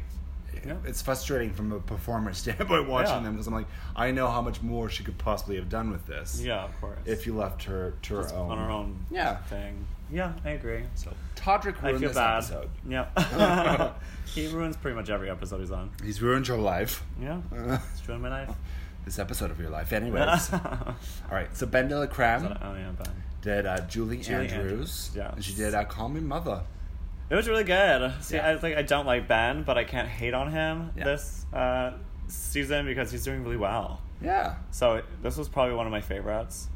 Yeah. It's frustrating from a performer standpoint watching Yeah. them because I'm like, I know how much more she could possibly have done with this. Yeah, of course. If you left her to her Just own. on her own Yeah. thing. Yeah, I agree. So Todrick I ruined feel this bad. episode. Yeah. he ruins pretty much every episode he's on. He's ruined your life. Yeah. He's ruined my life. this episode of your life, anyways. oh All right, so Ben de la Creme. yeah, bad. did uh, Julie, Julie Andrews. Andrews, yeah. And she did uh, Call Me Mother. It was really good. See, Yeah. I like I don't like Ben, but I can't hate on him Yeah. this uh, season because he's doing really well. Yeah. So this was probably one of my favorites.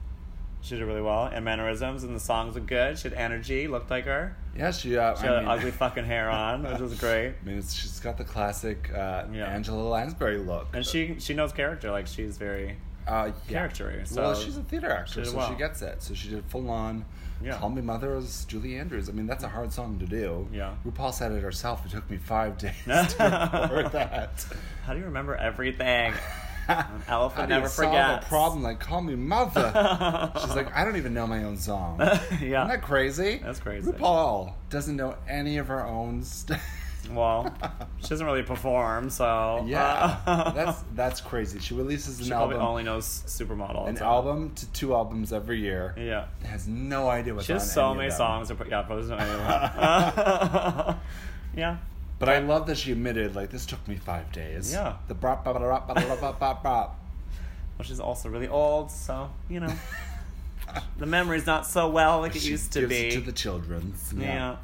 She did really well, and mannerisms and the songs were good. She had energy, looked like her. Yeah, she, uh, She I had mean, ugly fucking hair on, which was great. I mean, it's, she's got the classic uh, Yeah. Angela Lansbury look. And she she knows character, like she's very uh, yeah. character-y, well, so she's a theater actor, did so well. she gets it. So she did full on Yeah. Call Me Mother as Julie Andrews. I mean, that's a hard song to do. Yeah. RuPaul said it herself. It took me five days to record that. How do you remember everything? An elephant How do never you solve forgets. a problem like Call Me Mother? she's like, I don't even know my own song. yeah. Isn't that crazy? That's crazy. RuPaul doesn't know any of her own stuff. well, she doesn't really perform, so yeah, uh, that's that's crazy. She releases an she probably album, only knows supermodel. an so- album to two albums every year. Yeah. Has no idea what's She on has so any many of them. songs. To put, yeah, probably doesn't know anyone. yeah. But I love that she admitted, like, this took me five days. Yeah. The brop, brop, brop, brop, brop, brop, brop. Well, she's also really old, so you know the memory's not so well like it She used to gives it be. to the children's. yeah.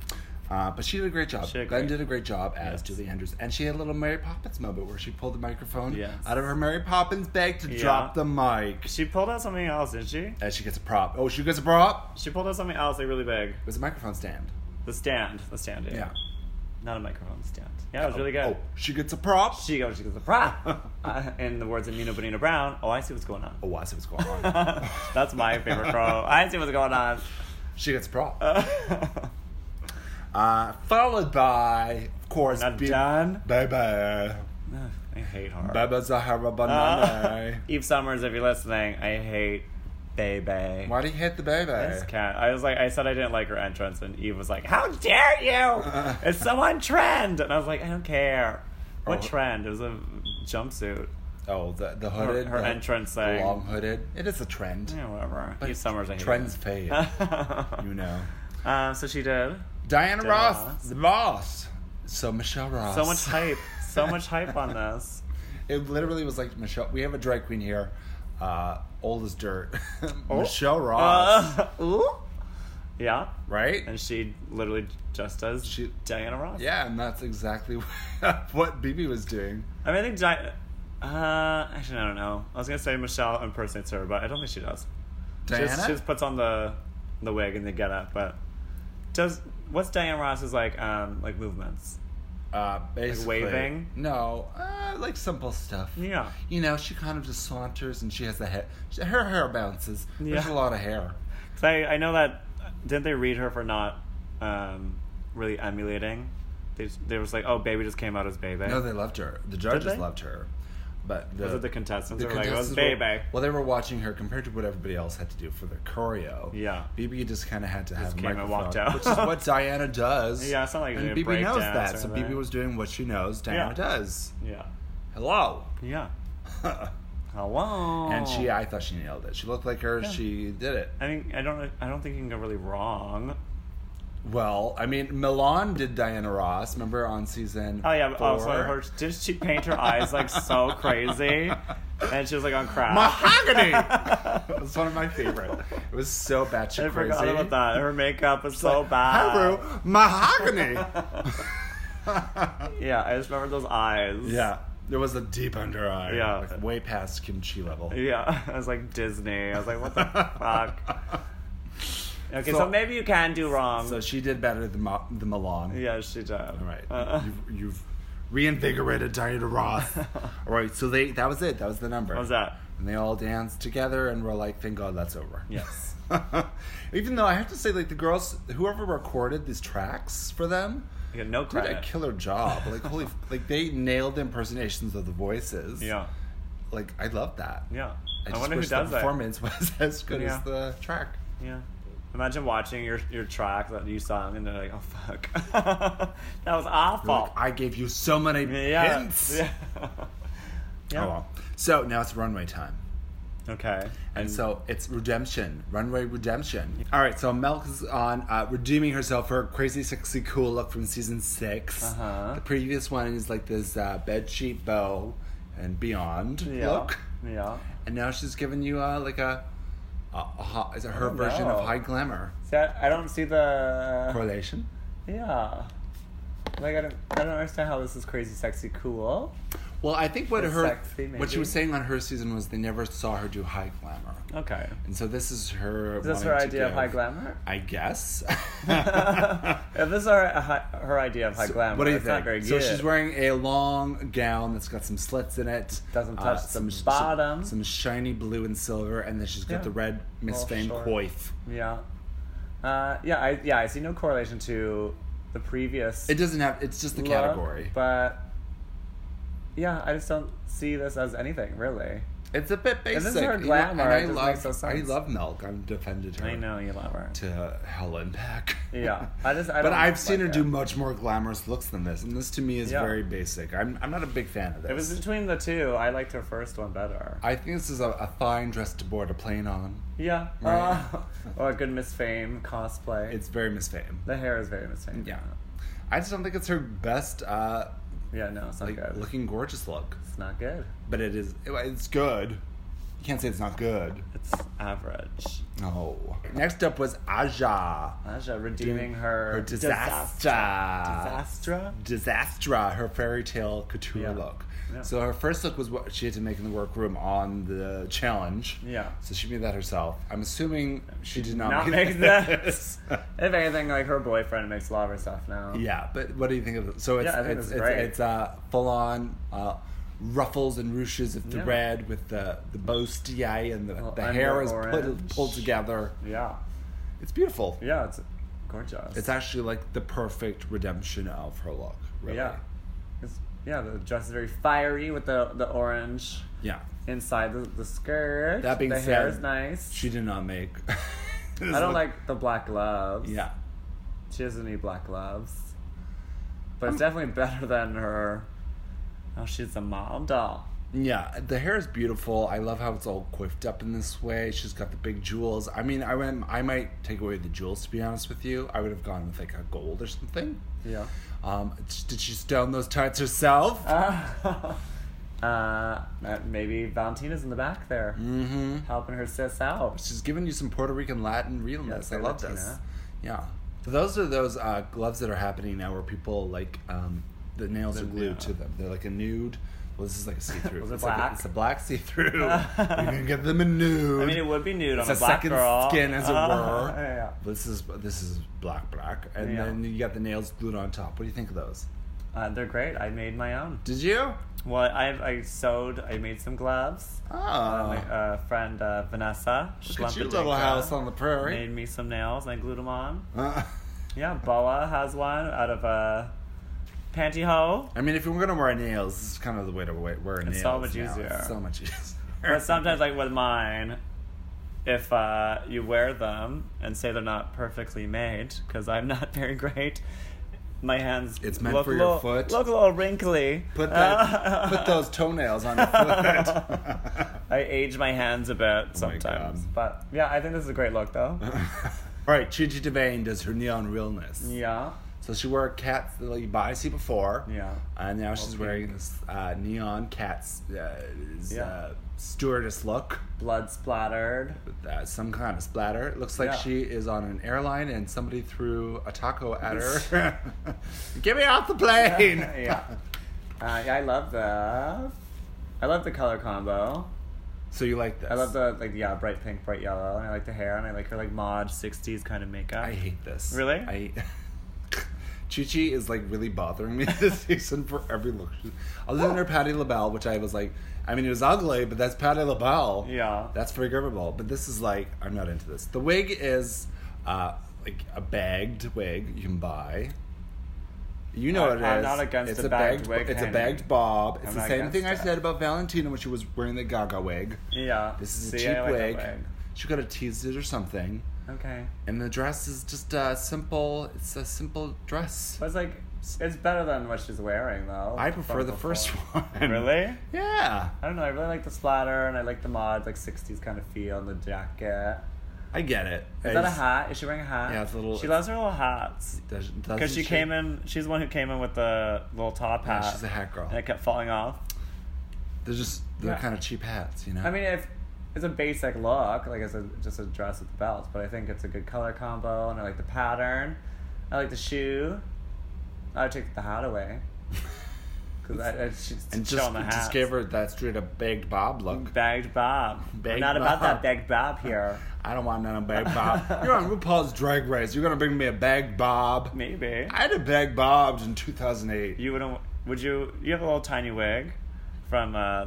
Uh, but she did a great job. She did Glenn great. did a great job as Yes. Julie Andrews, and she had a little Mary Poppins moment where she pulled the microphone Yes. out of her Mary Poppins bag to Yeah. drop the mic, She pulled out something else, didn't she? and she gets a prop. Oh, she gets a prop. She pulled out something else like really big. It was a microphone stand. The stand, the stand. Yeah, Not a microphone stand. Yeah, it was really good. Oh, she gets a prop. She goes, she goes, "Brah!" uh, in the words of Nina Bonina Brown. Oh, I see what's going on. oh, I see what's going on. That's my favorite quote. I see what's going on. she gets a prop. Uh, followed by, of course, Not Be- done. Baby. Ugh, I hate her. Baby Zahara Uh, Banana. Eve Summers, if you're listening, I hate baby. Why do you hate the baby? This cat. I was like, I said I didn't like her entrance, and Eve was like, "How dare you? It's so on trend." And I was like, "I don't care." What Oh. trend? It was a jumpsuit. Oh, the, the hooded. her the- entrance the thing. long hooded. It is a trend. Yeah, whatever. Eve Summers, I hate. Trends fade, her. you know. um, so she did. Diana Diana Ross, Ross. the boss. So Michelle Ross. So much hype. So much hype on this. It literally was like Michelle. We have a drag queen here, uh, old as dirt. Michelle Ross, Oh. Uh, ooh. Yeah. right? And she literally just does She- Diana Ross. yeah, and that's exactly what BB was doing. I mean, I think Di- uh, actually, I don't know. I was gonna say Michelle impersonates her, but I don't think she does. She Diana. just, she just puts on the the wig and the get up, but does what's Diana Ross's like um like movements? uh, basically, waving? No, uh, like simple stuff. Yeah. You know, she kind of just saunters, and she has the hair. Her hair bounces. There's Yeah. a lot of hair. 'Cause I I know that didn't they read her for not um really emulating? They they was like, oh, baby just came out as baby. No, they loved her. The judges they? loved her, but the, was it the contestants? the were like, it was contestants baby. were- well, they were watching her compared to what everybody else had to do for their choreo. Yeah. BB just kind of had to have a came and microphone, walked out. which is what Diana does. Yeah, it's not like she and did BB knows breakdance that, or so BB anything. was doing what she knows Diana Yeah. does. yeah. Hello. Yeah. Hello. And she, I thought she nailed it. She looked like her. Oh. Yeah. She did it. I mean, I don't. I don't think you can go really wrong. Well, I mean, Milan did Diana Ross. Remember on season? Oh yeah. but four? Also, her did she paint her eyes like so crazy? And she was like on crack. mahogany. It was one of my favorite. It was so batshit I crazy. forgot about that. Her makeup was so bad. Haru, mahogany. Yeah, I just remember those eyes. yeah, there was a deep under eye. Yeah. like way past kimchi level. Yeah. I was like Disney. I was like, what the fuck? Okay, so, So- maybe you can do wrong. So she did better than Ma- the Milan. yeah, she did. All All right. Uh, You've, you've reinvigorated Diana Ross. all right. So they that was it. That was the number. what was that? And they all danced together and were like, "Thank God that's over." Yes. Even though I have to say, like the girls, whoever recorded these tracks for them, I got no did credit. a killer job. Like holy, like they nailed impersonations of the voices. yeah. like I love that. Yeah. I I, just wonder who wish the does that. performance was as good Yeah. as the track. Yeah. Imagine watching your your track that you sung and they're like, oh fuck, that was awful. Like, I gave you so many yeah. hints. Yeah. yeah. Oh, well. So now it's runway time. Okay. And so it's redemption, runway redemption. All right, so Mel's on uh, redeeming herself for her crazy, sexy, cool look from season 6 Uh-huh. The previous one is like this uh, bed sheet bow and beyond yeah. look, Yeah. and now she's giving you uh, like a, a, a hot, is it her don't version know. of high glamour See, I, I don't see the. correlation? Yeah. Like I don't, I don't understand how this is crazy, sexy, cool. Well, I think what It's her sexy, what she maybe. was saying on her season was they never saw her do high glamour, Okay. and so this is her. Is this wanting her to idea of give- high glamour? I guess. if this is her, her idea of high glamour, What do you it's think? not very so good. she's wearing a long gown that's got some slits in it. uh, Doesn't touch the some, bottom. Some, shiny blue and silver, and then she's got Yeah. the red Miss Little Fame short. coif. Yeah. Uh, yeah, I yeah, I see no correlation to the previous It doesn't have. It's just the look, category. But yeah, I just don't see this as anything really. It's a bit basic. this is her you know, glamour, and I it just love. makes no I sense. love Milk. I've defended her. I know you love her. To Helen Peck. Yeah. I just- I but don't I've seen her like do it. much more glamorous looks than this, and this to me is Yeah. very basic. I'm I'm not a big fan of this. It was between the two. I liked her first one better. I think this is a, a fine dress to board a plane on. yeah. Right. Uh, or a good Miss Fame cosplay. It's very Miss Fame. the hair is very Miss Fame. Yeah. I just don't think it's her best uh, Yeah, no, it's not like good. looking gorgeous look, It's not good. but it is it's good. Can't say it's not good. It's average. No. Next up was Aja. Aja redeeming her, Her disaster. Disaster. Disastra, her fairy tale couture Yeah. look. Yeah. So her first look was what she had to make in the workroom on the challenge. Yeah. So she made that herself. I'm assuming she did not, Not make this. if anything, like her boyfriend makes a lot of her stuff now. yeah, but what do you think of it? So it's Yeah, I think it's, it's, that's great. it's uh, full on uh, ruffles and ruches of the Yeah. red with the the bow stie and the, Well, the under hair is put, orange. pulled together. Yeah. It's beautiful. Yeah, it's gorgeous. It's actually like the perfect redemption of her look. Really. yeah. It's, yeah, the dress is very fiery with the, the orange Yeah. inside the, the skirt. That being the said, hair is nice. She did not make. I don't like the black gloves. Yeah. She doesn't need black gloves. But it's definitely better than her. Oh, she's a model. Yeah, the hair is beautiful. I love how it's all coiffed up in this way. She's got the big jewels. I mean, I went, I might take away the jewels to be honest with you. I would have gone with like a gold or something. Yeah. Um, did she stone those tights herself? Uh, uh, maybe Valentina's in the back there, mm-hmm. helping her sis out. She's giving you some Puerto Rican Latin realness. Yes, I love Latina. this. Yeah. So those are those uh, gloves that are happening now where people like um, the nails are glued yeah. to them. They're like a nude. Well, this is like a see through. Was it it's, like a- black? it's a black see through. you can get them in nude. I mean, it would be nude It's on a a black second girl. Uh-huh. skin, as it were. yeah. This is this is black black, and Yeah. then you got the nails glued on top. What do you think of those? Uh, they're great. I made my own. Did you? Well, I I sewed. I made some gloves. Oh, Uh, my uh, friend uh, Vanessa. look at your little Schlampedenka house on the prairie. Made me some nails and I glued them on. Uh, Yeah, Boa has one out of a pantyhose. I mean, if you were gonna wear nails, this is kind of the way to wear, wear nails. It's so much now. easier. It's so much easier. But sometimes, like with mine, if uh, you wear them and say they're not perfectly made, because I'm not very great, my hands It's meant look for a your little- foot. Look a little wrinkly. put that, put those toenails on your foot. I age my hands a bit sometimes, Oh God. but yeah, I think this is a great look though. All right, Chi Chi Devane does her neon realness. yeah, So she wore a cat like bicy before. yeah, And now she's Okay. wearing this uh, neon cat's uh, is, Yeah. uh, stewardess look, blood splattered. with, uh, some kind of splatter. It looks like Yeah. she is on an airline and somebody threw a taco at her. Get me off the plane! yeah, uh, yeah, I love the, I love the color combo. So you like this? I love the like yeah bright pink, bright yellow, and I like the hair, and I like her like mod '60s kind of makeup. I hate this. Really? I. Chi Chi is like really bothering me this season for every look. she- Other than her Patty LaBelle, which I was like, I mean, it was ugly, but that's Patty LaBelle. Yeah. That's forgivable. But this is like, I'm not into this. The wig is uh, like a bagged wig you can buy. You know I- what it is. I'm not against it's a bagged bagged wig, It's a Henry. bagged bob. It's I'm the not same thing I against said it. about Valentina when she was wearing the Gaga wig. yeah, This is a See, cheap I like that wig. She could have teased it or something. Okay, And the dress is just a simple. It's a simple dress. but it's like it's better than what she's wearing though. I prefer from the before. first one. Really? Yeah, I don't know. I really like the splatter, and I like the mod like '60s kind of feel and the jacket. I get it. Is that a hat? Is she wearing a hat? Yeah, it's a little- She loves her little hats because Because she came in. She's the one who came in with the little top Yeah, hat. she's a hat girl. and it kept falling off. They're just they're Yeah. kind of cheap hats, you know. I mean, if it's a basic look, like it's a, just a dress with a belt, but I think it's a good color combo, and I like the pattern. I like the shoe. I would take the hat away because I, I she's and showing just the hat. just gave her that straight up bagged bob look. bagged bob. We're Bagged not bob. about that bagged bob here. I don't want none of bagged bob. You're on RuPaul's Drag Race. You're gonna bring me a bagged bob. Maybe I had a bagged bob in 2008. you wouldn't. Would you? You have a little tiny wig from uh,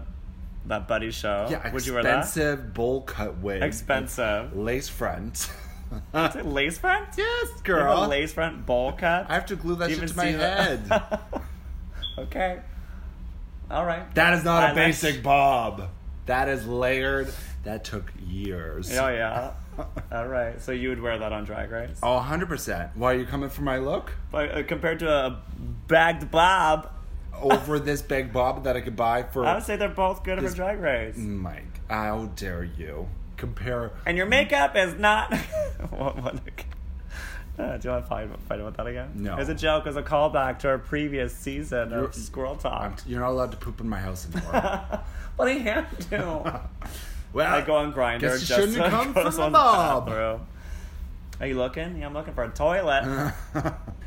that buddy show. yeah, expensive would you wear that? bowl cut wig. Expensive. Lace front. Is it lace front? yes, You have Uh. girl. a lace front bowl cut. I have to glue that Do you shit to even my see head. the- okay. All right. That is not a Eyelash. basic bob. That is layered. That took years. Oh yeah. All right. So you would wear that on Drag Race, Oh, 100%. Why are you coming for my look? but uh, compared to a bagged bob, Over this big bob that I could buy for I would say they're both good This- Mm. for Drag Race. Mike. How dare you compare? And your makeup is not. what, what, uh, do you want to fight, fight about that again? No. It's a joke. It's a callback to our previous season You're- of Squirrel I'm Talk. you're not allowed to poop in my house anymore. what do you have to? Well, I go on Grinder. guess you shouldn't have come from the mob. Are you looking? Yeah, I'm looking for a toilet.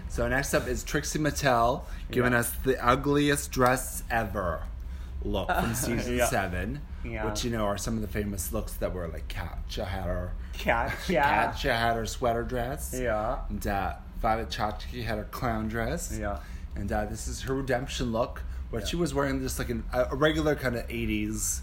so next up is Trixie Mattel giving Yeah. us the ugliest dress ever look from season Yeah. seven, Yeah. which you know are some of the famous looks that were like Katja Hatter, Catch, yeah. Katja had her sweater dress, Yeah. and uh, Violet Chachki had her clown dress, Yeah. and uh, this is her redemption look. But she was wearing just like an, a a regular kind of 80s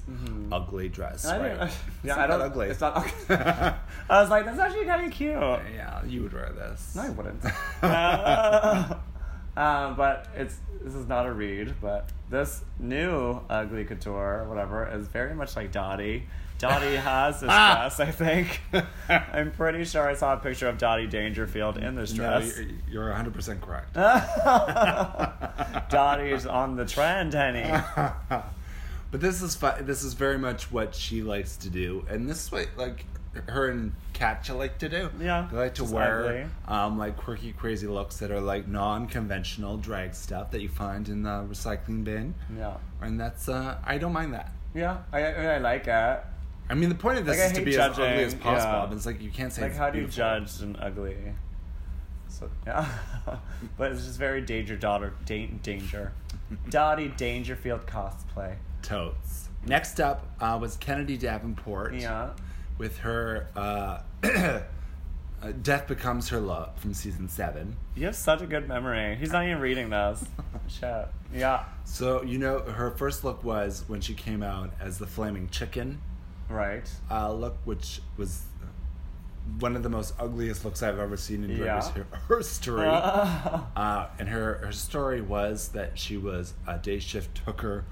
ugly dress. Mm-hmm. I right? didn't- It's yeah, not I don't. that ugly. It's not ugly. I was like, that's actually kind of cute. No, yeah, you would wear this. I wouldn't. Uh, um, but it's this is not a read, but this new ugly couture, whatever, is very much like Dottie. Dottie has this Ah! dress, I think. I'm pretty sure I saw a picture of Dottie Dangerfield in this No, dress. you're, you're 100% correct. Dottie's on the trend, honey. but this is fu- this is very much what she likes to do, and this is what like her and Katja like to do. Yeah, they like to just wear um, like quirky, crazy looks that are like non-conventional drag stuff that you find in the recycling bin, Yeah, and that's uh, I don't mind that. yeah, I, I, I like it. I mean, the point of this Like, I is to hate be as ugly judging, as possible. yeah. But it's like you can't say Like, it's how do you beautiful. judge an ugly? So yeah, but it's just very danger daughter da- danger, Dottie Dangerfield cosplay. totes? Next up uh, was Kennedy Davenport. Yeah, with her uh, uh, death becomes her love from season seven. you have such a good memory. He's not even reading this. Shit. Yeah. So you know her first look was when she came out as the flaming chicken Right. uh, look, which was one of the most ugliest looks I've ever seen in drag Yeah. her history. Uh, and her, her story was that she was a day shift hooker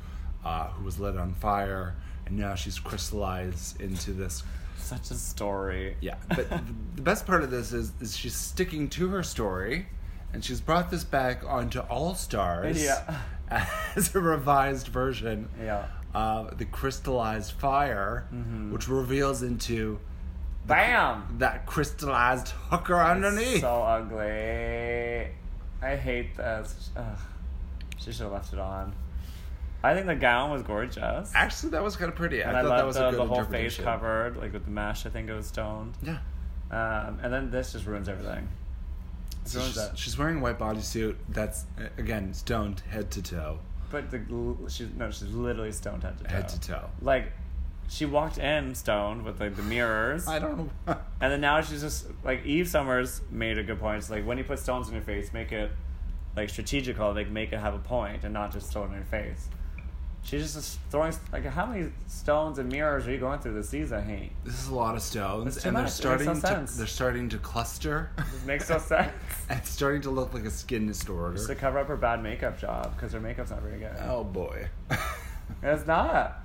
uh, who was lit on fire, and now she's crystallized into this such a story. Yeah, but th- the best part of this is, is she's sticking to her story, and she's brought this back onto All Stars Yeah. as a revised version Yeah. of the crystallized fire, Mm-hmm. which reveals into Bam. that crystallized hooker underneath. So ugly. I hate this. Ugh. She should have left it on. I think the gown was gorgeous. Actually, that was kind of pretty. and I I, thought love that was the, a good the whole face interpretation. covered, like with the mesh. I think it was stoned. Yeah. Um, and then this just ruins everything. It So ruins she's, it. she's wearing a white bodysuit that's, uh, again, stoned head to toe. But the gl- she's no, she's literally stoned head to toe. Head to toe. Like, she walked in stoned with like the mirrors, I don't know. and then now she's just like Eve Summers made a good point. It's like when you put stones in your face, make it like strategical, like make it have a point and not just stone in your face. She's just- just throwing like how many stones and mirrors are you going through this season, Hank? This is a lot of stones, It's too and they're much. It makes no starting to sense. they're starting to cluster. This makes no sense. And it's starting to look like a skin disorder. Just to cover up her bad makeup job because her makeup's not very good. oh boy. It's not.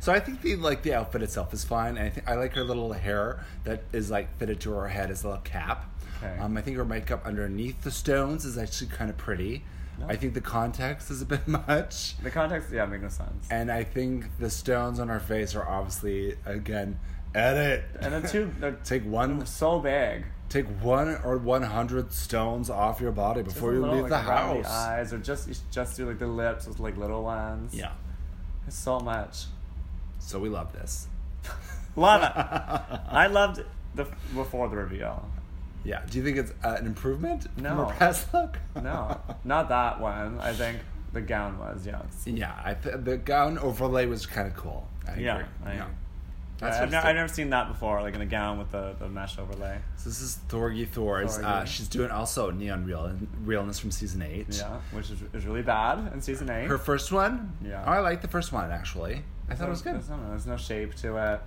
so I think the like the outfit itself is fine. And I think I like her little hair that is like fitted to her head as a little cap. Okay. Um, I think her makeup underneath the stones is actually kind of pretty. I think the context is a bit much. The context, yeah, makes no sense. And I think the stones on her face are obviously again edit. And then two, they're Take one so big. Take one or one hundred stones off your body before you Little, leave like, the around house. The eyes, or just you should just do like the lips with like little ones. yeah. It's so much. So we love this. Love it. I loved the before the reveal. Yeah. Do you think it's uh, an improvement from No. her past look? No, not that one. I think the gown was yes. yeah. I th- the gown overlay was kind of cool. I Yeah, Agree. I agree. That's I've, what ne- it's- I've never seen that before, like in a gown with the, the mesh overlay. So this is Thorgy Thor's. Uh, Thorgy. she's doing also neon real realness from season eight. Yeah, which is, is really bad in season eight. Her first one. Yeah. Oh, I like the first one actually. I thought it was good. There's no, there's no shape to it.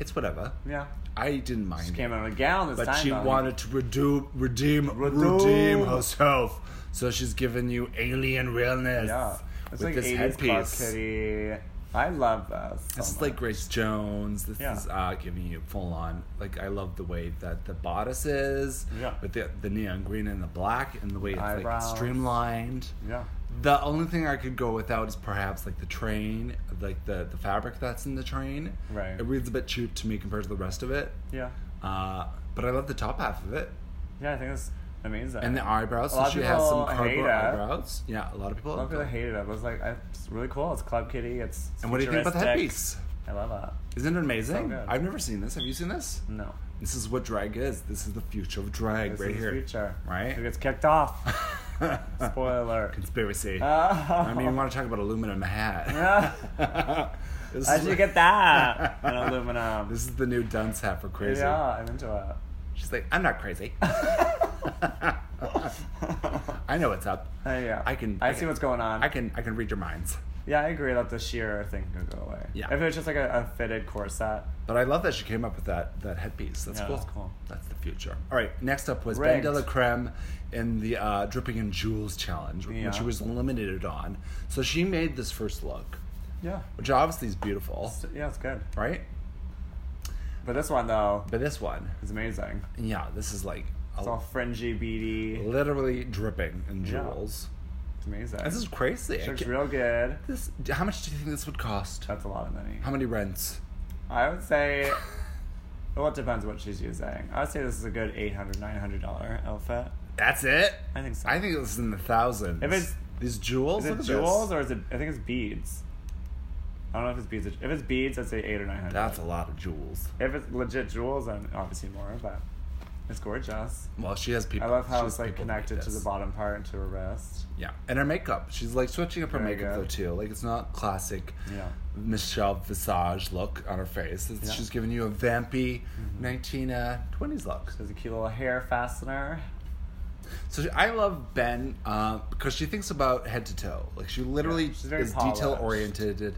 It's whatever. Yeah, I didn't mind. she it. came out in a gown this But time. she though. wanted to redo, redeem, redeem, Redeem. herself. So she's giving you alien realness Yeah. with It's like this 80s headpiece. Club Kitty. I love this. so This is like much. Grace Jones. This Yeah. is uh, giving you full on. Like I love the way that the bodice is Yeah. with the, the neon green and the black, and the way it's Eyebrows. like streamlined. Yeah. The only thing I could go without is perhaps like the train, like the the fabric that's in the train. Right. It reads a bit cheap to me compared to the rest of it. Yeah. Uh, but I love the top half of it. Yeah, I think that's amazing. And the eyebrows. A So lot of she has some people hate cardboard it. eyebrows. Yeah, a lot of people. a lot of people hated it. It was like, I- it's really cool. It's Club Kitty. It's and what do you think about the headpiece? futuristic. I love that. Isn't it amazing? good. I've never seen this. Have you seen this? No. This is what drag is. This is the future of drag This right is the here. Future. Right? Who gets kicked off? Spoiler alert. Conspiracy. Uh, I I don't even want to talk about aluminum hat. This How'd is you what- get that? An aluminum. This is the new dunce hat for crazy. Yeah, I'm into it. She's like, I'm not crazy. I know what's up. Hey, Uh, yeah. I can- I, I see can- what's going on. I can I can read your minds. Yeah, I agree that the sheer thing could go away. Yeah. If it was just like a, a fitted corset. But I love that she came up with that that headpiece. That's Yeah, cool. that's cool. That's the future. All right. Next up was Rigged. Ben de la Creme in the uh, Dripping in Jewels challenge, Yeah. which she was eliminated on. So she made this first look, Yeah. which obviously is beautiful, Yeah, it's good. right? But this one though But this one, is amazing. yeah, this is like It's all fringy, beady. literally dripping in Yeah. jewels. It's amazing. This is crazy. I She looks can't- real good. This, how much do you think this would cost? That's a lot of money. How many rents? I would say. Well, it depends what she's using. I would say this is a good $800, $900 outfit. That's it. I think so. I think this is in the thousands. If it's- these jewels, Is it look at jewels this. or is it? I think it's beads. I don't know if it's beads. If it's beads, I'd say eight or nine hundred. that's a lot of jewels. If it's legit jewels, then obviously more. But it's gorgeous. Well, she has people. I love she how has it's like people that make connected to the this. bottom part and to her wrist. Yeah, and her makeup. She's like switching up her Very makeup good. though too. Like it's not classic Yeah. Michelle Visage look on her face. It's, Yeah. Mm-hmm. She's giving you a vampy 1920s look. There's a cute little hair fastener. So she, I love Ben uh, because she thinks about head to toe. Like she literally Yeah, she's very is polished. detail oriented.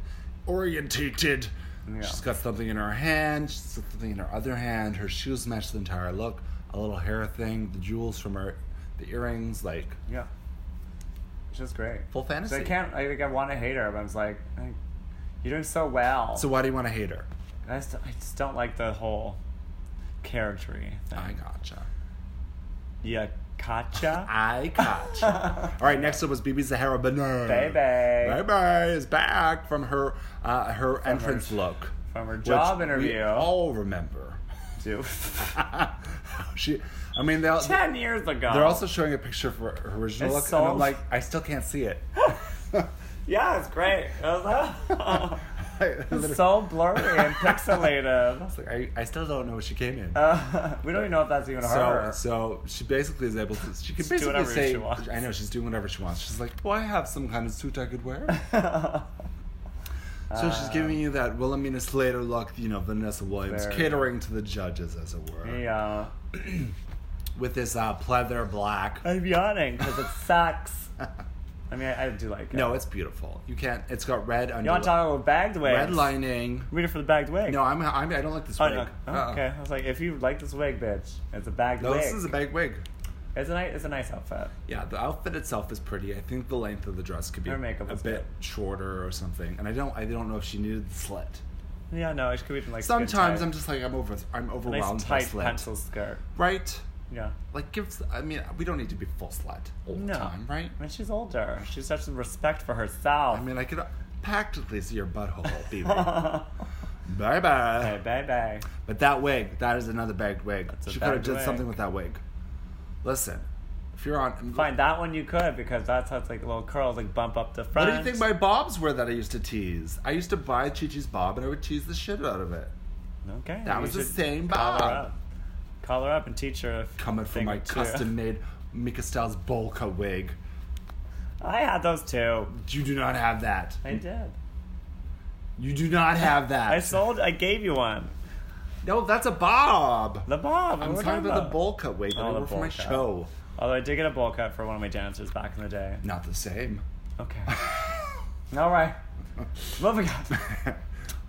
Orientated. Yeah. She's got something in her hand. She's got something in her other hand. Her shoes match the entire look. A little hair thing. The jewels from her, the earrings. Like Yeah. It's just great. full fantasy. So I can't. I think I want to hate her, but I'm just like, I, you're doing so well. So why do you want to hate her? And I, just, I just don't like the whole charactery thing. I gotcha. Yeah, gotcha. I gotcha. All right, next up was Bibi Zahara Benair. Baby. Bye bye is back from her uh, her entrance look. From her which job we interview. all remember. to she, I mean, they'll, ten years ago. they're also showing a picture of her her original It's look, so- and I'm like, I still can't see it. yeah, it's great. It was- it's it's so blurry and pixelated. like, I, I still don't know what she came in. Uh, we don't even know if that's even so, her. so she basically is able to. She can She's basically doing whatever say, she wants. "I know she's doing whatever she wants." She's like, "Well, I have some kind of suit I could wear." So she's giving you that Wilhelmina Slater look, you know, Vanessa Williams, Very- catering to the judges, as it were, yeah, with this uh, pleather black. I'm yawning because it sucks. I mean, I, I do like it. No, it's beautiful. You can't. It's got red you want to under talk about bagged wigs? red lining. Read it for the bagged wig. No, I'm, I'm. I don't like this Oh, wig. no. Uh-uh. Okay, I was like, if you like this wig, bitch, it's a bagged No, wig. this is a big wig. it's a nice, it's a nice outfit. Yeah, the outfit itself is pretty. I think the length of the dress could be Her makeup a was bit good. shorter or something. And I don't. I don't know if she needed the slit. Yeah, no, it could be like a good Sometimes tight- I'm just like I'm over. I'm a nice overwhelmed by tight slit. pencil skirt. Right. Yeah. Like give. I mean, we don't need to be full slut all the No. time, right? I mean, she's older. She just has some respect for herself. I mean, I could practically see your butthole, baby. bye bye. hey, baby. But that wig, that is another bagged wig. That's a She could have bagged did wig. something with that wig. Listen, if you're on, Fine, that one you could because that's how it's like little curls, like bump up the What front. do you think my bobs were that I used to tease? I used to buy Chi Chi's bob and I would tease the shit out of it. Okay. That you was the should same Call her bob. up. Call her up and teach her. a Coming thing from my or two. custom made Mika Styles Bolka wig. I had those too. You do not have that. I did. You do not have that. I sold. I gave you one. no, that's a bob. The bob. I'm we're talking about the Bolka wig that Oh, I the wore for my bowl cut. show. Although I did get a bowl cut for one of my dancers back in the day. Not the same. Okay. All right. Moving on.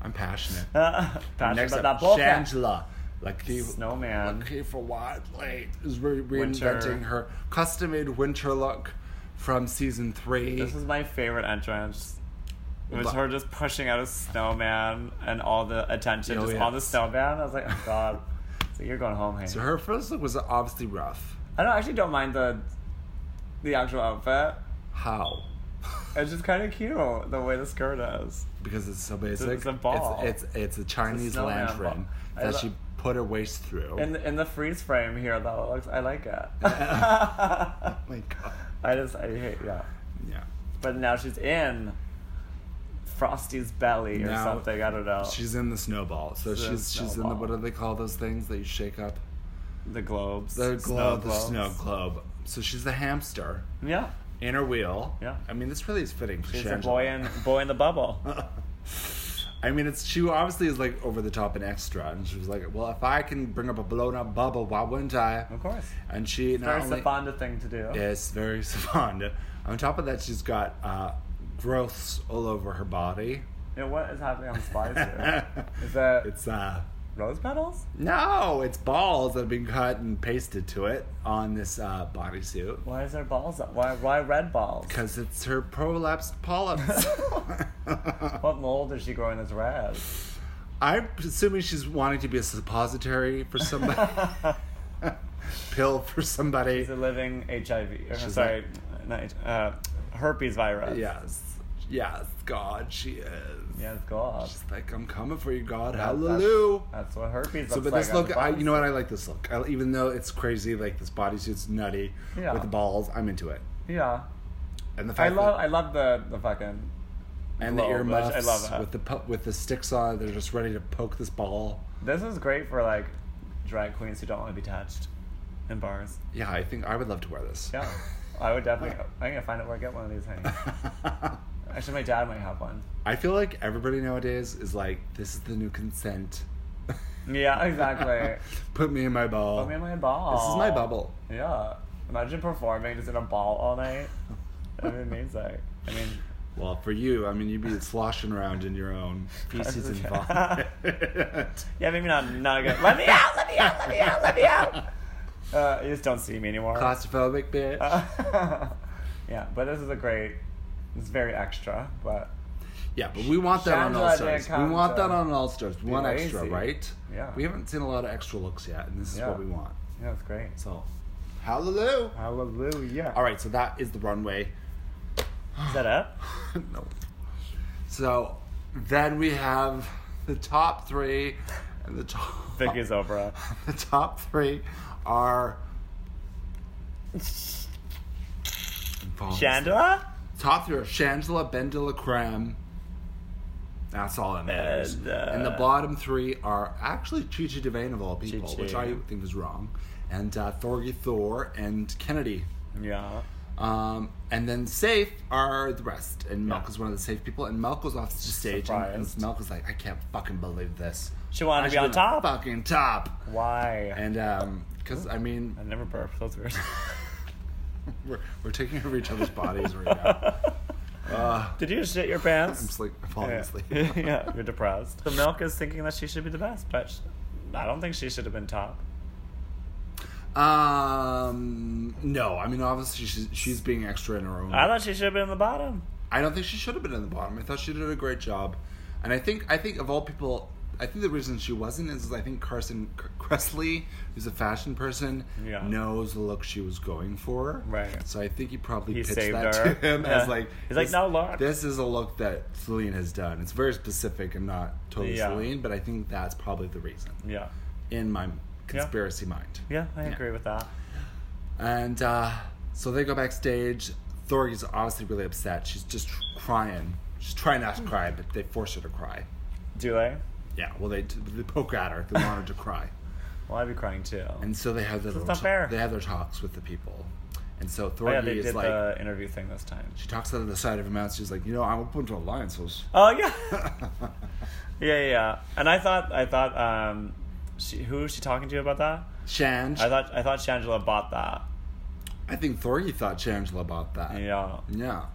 I'm passionate. Uh, passionate Next about up, that bowl cut. Shangela. Like he, Snowman. like he for what? Like is re- reinventing Winter. her custom-made winter look from season three. This is my favorite entrance. It was But- her just pushing out a snowman and all the attention Oh, just yeah. on the snowman. I was like, oh god. so you're going home, hey. so her first look was obviously rough. I don't actually don't mind the the actual outfit. How? It's just kind of cute the way the skirt is. Because it's so basic. a ball. It's it's, it's a Chinese snowman lantern ball. I that lo- she put her waist through. In the, in the freeze frame here though, it looks I like it. oh my god. I just I hate yeah. Yeah. But now she's in Frosty's belly or No. something. I don't know. She's in the snowball, so The she's she's in the snowball. what do they call those things that you shake up? the globes. The snow globe, the globes. snow globe. So she's a hamster Yeah. in her wheel. Yeah. I mean, this really is fitting. for She's a Shangela. boy in boy in the bubble. I mean, it's she obviously is like over the top and extra, and she was like, "Well, if I can bring up a blown up bubble, why wouldn't I?" Of course. And she not Very only- Safanda thing to do. Yes, very savant. On top of that, she's got uh, growths all over her body. You know, what is happening on Spice here? is that It's uh, rose petals? no, it's balls that have been cut and pasted to it on this uh, bodysuit Why is there balls up? Why why red balls? because it's her prolapsed polyps. What mold is she growing that's red? I'm assuming she's wanting to be a suppository for somebody, pill for somebody. She's a living HIV. Or, She's uh, sorry, not, H- uh, herpes virus. Yes, yes, God, she is. Yes, God. She's like, I'm coming for you, God, That- that's- hallelujah. That's what herpes looks So, but like. this on look, the I, you know bodysuit. what? I like this look. I, even though it's crazy, like this bodysuit's nutty Yeah. with the balls, I'm into it. Yeah. And the I fact love that, I love the the fucking and the love, earmuffs I love that. with the pu- with the sticks on, they're just ready to poke this ball. This is great for like drag queens who don't want to be touched in bars. Yeah, I think I would love to wear this. Yeah, I would definitely. I'm gonna find out where I get one of these hanging. Actually, my dad might have one. I feel like everybody nowadays is like, this is the new consent. Yeah, exactly. Put me in my ball. Put me in my ball. This is my bubble. Yeah. Imagine performing just in a ball all night. That'd be amazing. I mean, Well, for you, I mean, you'd be sloshing around in your own feces and vomit. yeah, maybe not. Not good. Let me out! Let me out! Let me out! Let me out! Uh, you just don't see me anymore. Claustrophobic bitch. Uh, yeah, but this is a great. It's very extra, but Yeah, but we want that on Shangela All Stars. didn't We want come that to on All Stars. We be want extra, lazy. right? Yeah. We haven't seen a lot of extra looks yet, and this is Yeah. what we want. yeah, it's great. So, hallelujah. Hallelujah. All right, so that is the runway. Is that up? no. So, then we have the top three, and the top. Vicky's Oprah. The top three are. Chandra? Top three are Shangela, Ben de la Creme. That's all that matters. And, uh, and the bottom three are actually Chichi Devane of all people, Chi-Chi. which I think is wrong, and uh, Thorgy Thor and Kennedy. Yeah. Um, and then safe are the rest. And Melk Yeah. is one of the safe people. And Melk goes off the stage, and, and Surprised. Melk is like, I can't fucking believe this. She wanted I to be should on top. Fucking top. Why? And um, because I mean, I never burped. That's weird. we're, we're taking over each other's bodies right now. Uh, Did you shit your I'm pants? sleep. I'm falling Yeah. asleep. yeah, you're depressed. The milk is thinking that she should be the best, but sh- I don't think she should have been top. Um, no, I mean obviously she's she's being extra in her own. I thought she should have been in the bottom. I don't think she should have been in the bottom. I thought she did a great job, and I think I think of all people, I think the reason she wasn't is I think Carson C- Cressley, who's a fashion person, Yeah. knows the look she was going for. Right. So I think he probably He pitched saved that her. to him Yeah. as like He's like, this- "No, look." This is a look that Celine has done. It's very specific and not totally Yeah. Celine, but I think that's probably the reason Yeah. in my conspiracy mind. Yeah, I Yeah. agree with that. And uh, so they go backstage. Thorgy's obviously really upset. She's just crying. She's trying not to Hmm. cry, but they force her to cry. Do they? Yeah, well, they, they poke at her. They want her to cry. Well, I'd be crying too. And so they have their little not fair. they have their talks with the people. And so oh, Thorgy yeah, they is did like, the interview thing this time. she talks out of the side of her mouth. She's like, you know, I'm open to alliances. Oh yeah. yeah, yeah, yeah. And I thought, I thought, um, she, who was she talking to about that? Shange, I I, thought, I thought Shangela bought that. think Thorgy thought Shangela about that. Yeah, Yeah.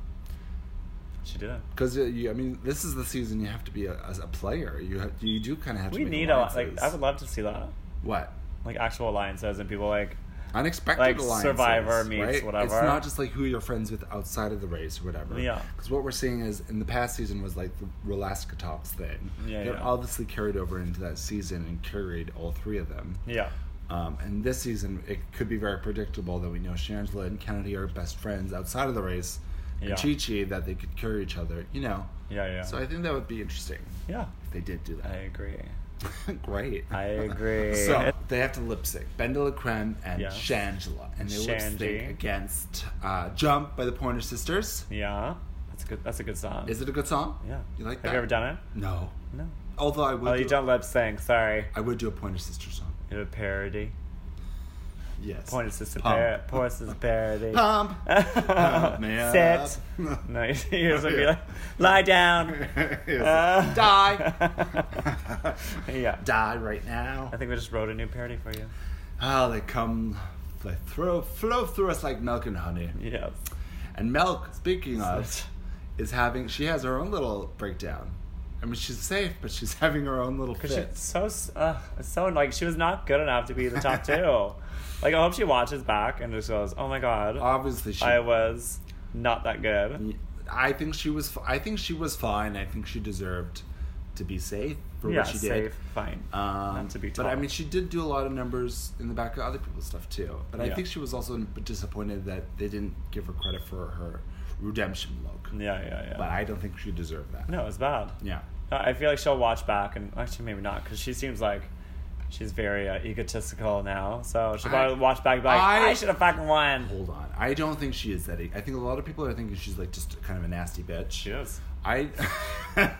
she did. Because you, I mean, this is the season you have to be a, as a player. You have, you do kind of have to. We make need a like. alliances. I would love to see that, what? like actual alliances and people like. unexpected Like alliances, Survivor meets right? It's whatever. not just like who you're friends with outside of the race or whatever. Yeah. Because what we're seeing is in the past season was like the Relaska talks thing. Yeah, That yeah. obviously carried over into that season and carried all three of them. Yeah, Um, and this season, it could be very predictable that we know Shangela and Kennedy are best friends outside of the race. Yeah. And Chi Chi that they could carry each other. You know. yeah, yeah. So I think that would be interesting yeah, if they did do I that. agree. Great. I agree. So they have to lip sync. Ben de la Creme and Yeah. Shangela. And they lip Shandy. sync against uh, Jump by the Pointer Sisters. yeah, That's a good. That's a good song. Is it a good song? yeah. You like Have that? you ever done it? No. No. Although I would. Oh, do, you don't lip sync. Sorry. I would do a Pointer Sister song. You know, parody. Yes. Point is just a Pump. parody. Point is just a parody. Pump. Pump me up. Sit. No, you just would be like, lie down. Yes. Uh. Die. Yeah. Die right now. I think we just wrote a new parody for you. Ah, they come, they throw, flow through us like milk and honey. Yes. And milk, speaking of, is having. She has her own little breakdown. I mean, she's safe, but she's having her own little Because she's fits. so, s- uh, it's so like, she was not good enough to be the top two. Like, I hope she watches back and just goes, oh my god, Obviously, she. I was not that good. I think she was. I think she was fine. I think she deserved to be safe for yeah, what she did. safe, fine. Um, not to be but top. I mean, she did do a lot of numbers in the back of other people's stuff too. But I Yeah. think she was also disappointed that they didn't give her credit for her redemption look. yeah, yeah, yeah. But I don't think she deserved that. No, it's bad. Yeah. No, I feel like she'll watch back, and actually maybe not, because she seems like she's very uh, egotistical now. So she'll I- probably watch back, and be like, I- I, should have fucking won. Hold on. I don't think she is that. e- I think a lot of people are thinking she's like just kind of a nasty bitch. She is. I.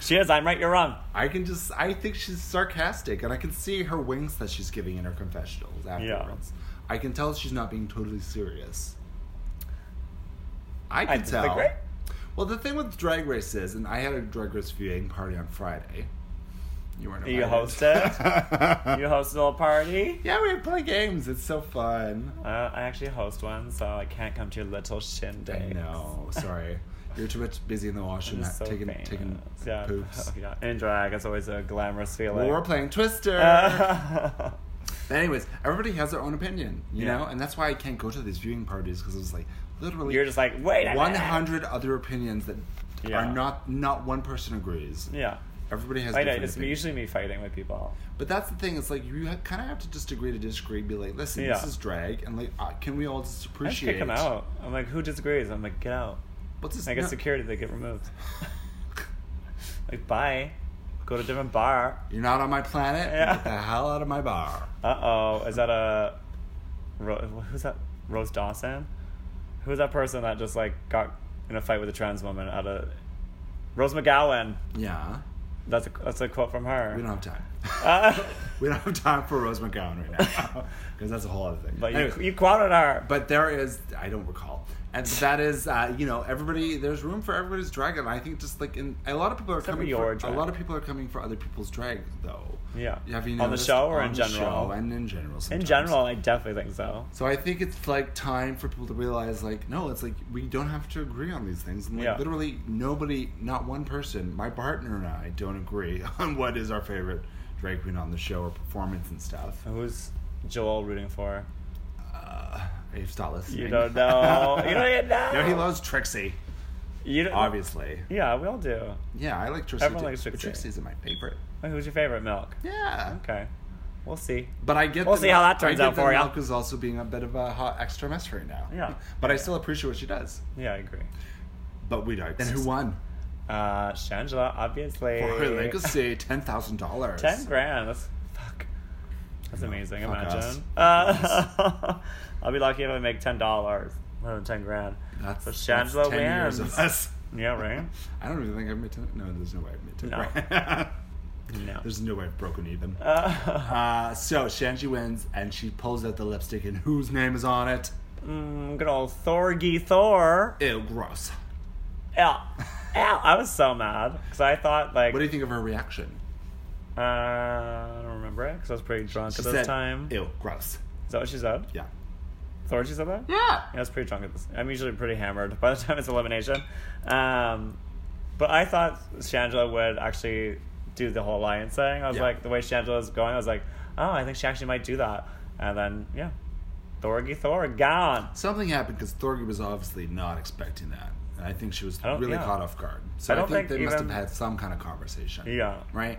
She is. I'm right. You're wrong. I can just. I think she's sarcastic, and I can see her winks that she's giving in her confessionals afterwards. I can tell she's not being totally serious. I I can tell. disagree. Well, the thing with drag race is, and I had a drag race viewing party on Friday. You weren't. You invited. You host a little party. yeah, we play games. It's so fun. Uh, I actually host one, so I can't come to your little I shindig. know. Sorry, you're too much busy in the washroom, It's so taking famous. taking yeah. Oh, poops. yeah. In drag, it's always a glamorous feeling. Well, we're playing Twister. But anyways, everybody has their own opinion, you Yeah. know, and that's why I can't go to these viewing parties because it was like literally You're just like, wait a minute. 100 other opinions that Yeah. are not not one person agrees. Yeah. Everybody has. I know. different It's opinions. usually me fighting with people. But that's the thing. It's like you ha- kind of have to just agree to disagree. Be like, listen, this Yeah. is drag, and like, uh, can we all just I just kick appreciate? them out. I'm like, who disagrees? I'm like, get out. What's this? I guess no- security, they get removed. like, bye. Go to a different bar. You're not on my planet. Yeah. Get the hell out of my bar. Uh oh. Is that a. Ro- who's that? Rose Dawson? Who's that person that just, like, got in a fight with a trans woman at a. Rose McGowan. Yeah, That's a, that's a quote from her. we don't have time. Uh, we don't have time for Rose McGowan right now because that's a whole other thing. but you, Anyways. you quoted her. But there is, I don't recall, and that is, uh, you know, everybody. There's room for everybody's drag, and I think just like in a lot of people are Except for coming. your For, a drag. lot of people are coming for other people's drag, though. Yeah. Have you On the noticed? show or On in the general? show and in general. in sometimes. general, I definitely think so. So I think it's like time for people to realize, like, no, it's like we don't have to agree on these things. And like, Yeah. literally, nobody, not one person, my partner and I, don't agree on what is our favorite drag queen on the show or performance and stuff. Who's Joel rooting for? Uh, if stop listening. You don't know. You don't even know. no, he loves Trixie. You don't, Obviously. Yeah, we all do. Yeah, I like Trixie. Everyone too, likes but Trixie. Trixie's my favorite. Wait, Who's your favorite milk? Yeah. Okay, we'll see. But I get We'll that- see how that turns I get out for that ya. Milk is also being a bit of a hot extra mess right now. Yeah. But I still appreciate what she does. Yeah, I agree. But we don't. And who won? Uh, Shangela, obviously. For her legacy, ten thousand dollars. Ten grand. That's fuck. That's amazing. fuck Imagine. us. Uh, I'll be lucky if I make ten dollars. More than ten grand. That's, So that's Shangela ten years of wins. us. Yeah, right. I don't even think I've made ten. No, there's no way I've made ten. No. grand. No. there's no way I've broken even. Uh, Uh, so Shanji wins, and she pulls out the lipstick, and whose name is on it? mm, good old Thorgy Thor. Ew, gross. Ow. Ow. I was so mad because I thought like What do you think of her reaction? uh, I don't remember it because I was pretty drunk at this time. Ew, gross. Is that what she said? Yeah. Thor, she said that. Yeah. Yeah, I was pretty drunk at this. I'm usually pretty hammered by the time it's elimination. Um, but I thought Shangela would actually do the whole lion thing. I was Yeah. like, the way Shangela was going, I was like, oh, I think she actually might do that. And then, yeah, Thorgy Thor gone. Something happened because Thorgy was obviously not expecting that. And I think she was I don't- really yeah. caught off guard. So I, I don't think, think they must have even- had some kind of conversation. Yeah, Right?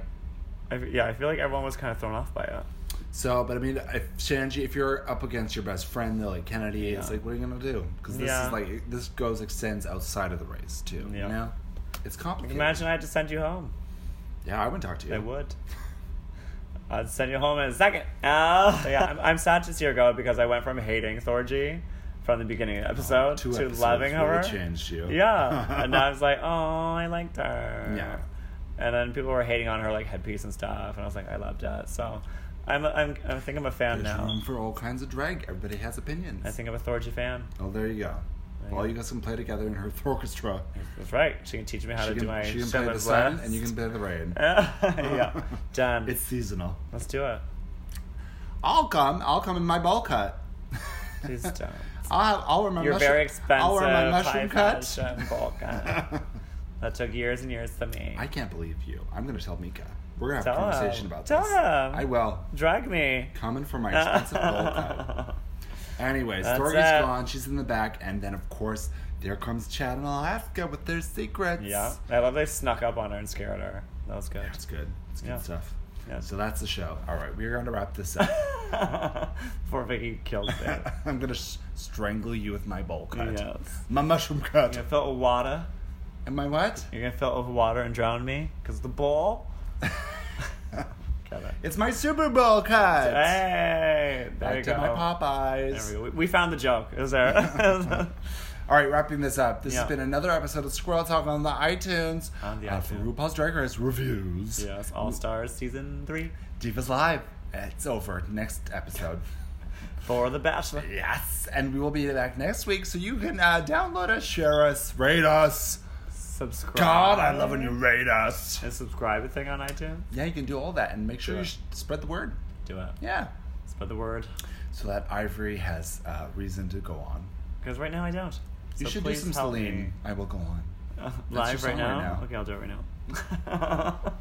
I, f- yeah. I feel like everyone was kind of thrown off by it. So, but I mean, if Shanji, if you're up against your best friend, though, like Kennedy, it's Yeah. like, what are you going to do? Because this Yeah. is like, this goes, extends outside of the race, too. Yeah. You know? It's complicated. Imagine I had to send you home. Yeah, I wouldn't talk to you. I would. I'd Ah. send you home in a second. Oh, yeah, I'm, I'm sad to see her go because I went from hating Thorgy from the beginning of the episode Two to episodes loving really her. changed you. Yeah. and I was like, oh, I liked her. Yeah. And then people were hating on her like headpiece and stuff, and I was like, I loved it. So, I'm a, I'm I think I'm a fan There's now. room for all kinds of drag. Everybody has opinions. I think I'm a Thorgy fan. Oh, there you go. There you All go. you guys can play together in her orchestra. That's right. She can teach me how she to can, do my she can play the Schindler's sun List. and you can play the rain. yeah. Done. It's seasonal. Let's do it. I'll come. I'll come in my bowl cut. Please don't. I'll, I'll wear my You're mushroom, very expensive. I'll wear my mushroom high cut. fashion bulk guy. that took years and years to me. I can't believe you. I'm going to tell Mika. We're going to Tell have a conversation him. about Tell this. him. I will. Drag me. Coming for my expensive bowl cut. Anyways, That's Tori's it. gone. She's in the back. And then, of course, there comes Chad and Alaska with their secrets. yeah. I love they snuck up on her and scared her. That was good. That's good. It's good Yeah. stuff. Yeah. So that's the show. All right, we're going to wrap this up. Before Vicky killed it. I'm going to s strangle you with my bowl cut. yes. My mushroom cut. You're gonna fill it with water. And my what? You're gonna fill it with water and drown me because the bowl. Got it. It's my Super Bowl cut. Hey, there Ah, you Back go. to my Popeyes. There we go. We- We found the joke. It was there. All right, wrapping this up. This has Yeah. been another episode of Squirrel Talk on the iTunes. On the uh, for iTunes. RuPaul's Drag Race reviews. yes, All Stars season three Divas Live. It's over. Next episode. for The Bachelor. yes, and we will be back next week, so you can uh, download us, share us, rate us. Subscribe. God, I love when you rate us. And subscribe a thing on iTunes. Yeah, you can do all that, and make sure Do you it. sh- spread the word. Do it. Yeah, Spread the word. so that Ivory has uh, reason to go on. Because right now I don't. You So should do please some help Celine. me. I will go on. Uh, your live song right right now? now. Okay, I'll do it right now.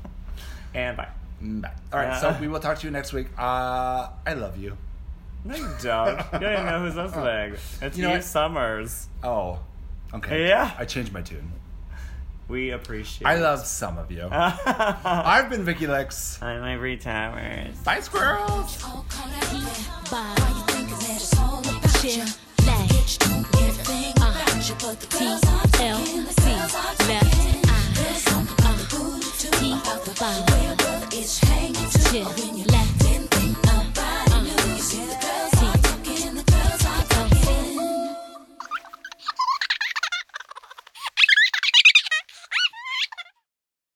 and bye. Mm, Bye. All right, so Yeah. we will talk to you next week. Uh, I love you. No, you don't. You don't even know who's listening. It's You know Eve what? Summers. Oh, okay. Yeah. I changed my tune. We appreciate. I love some of you. I'm I've been Vicky Lex. Ivory Towers. Bye, squirrels. It's hanging to the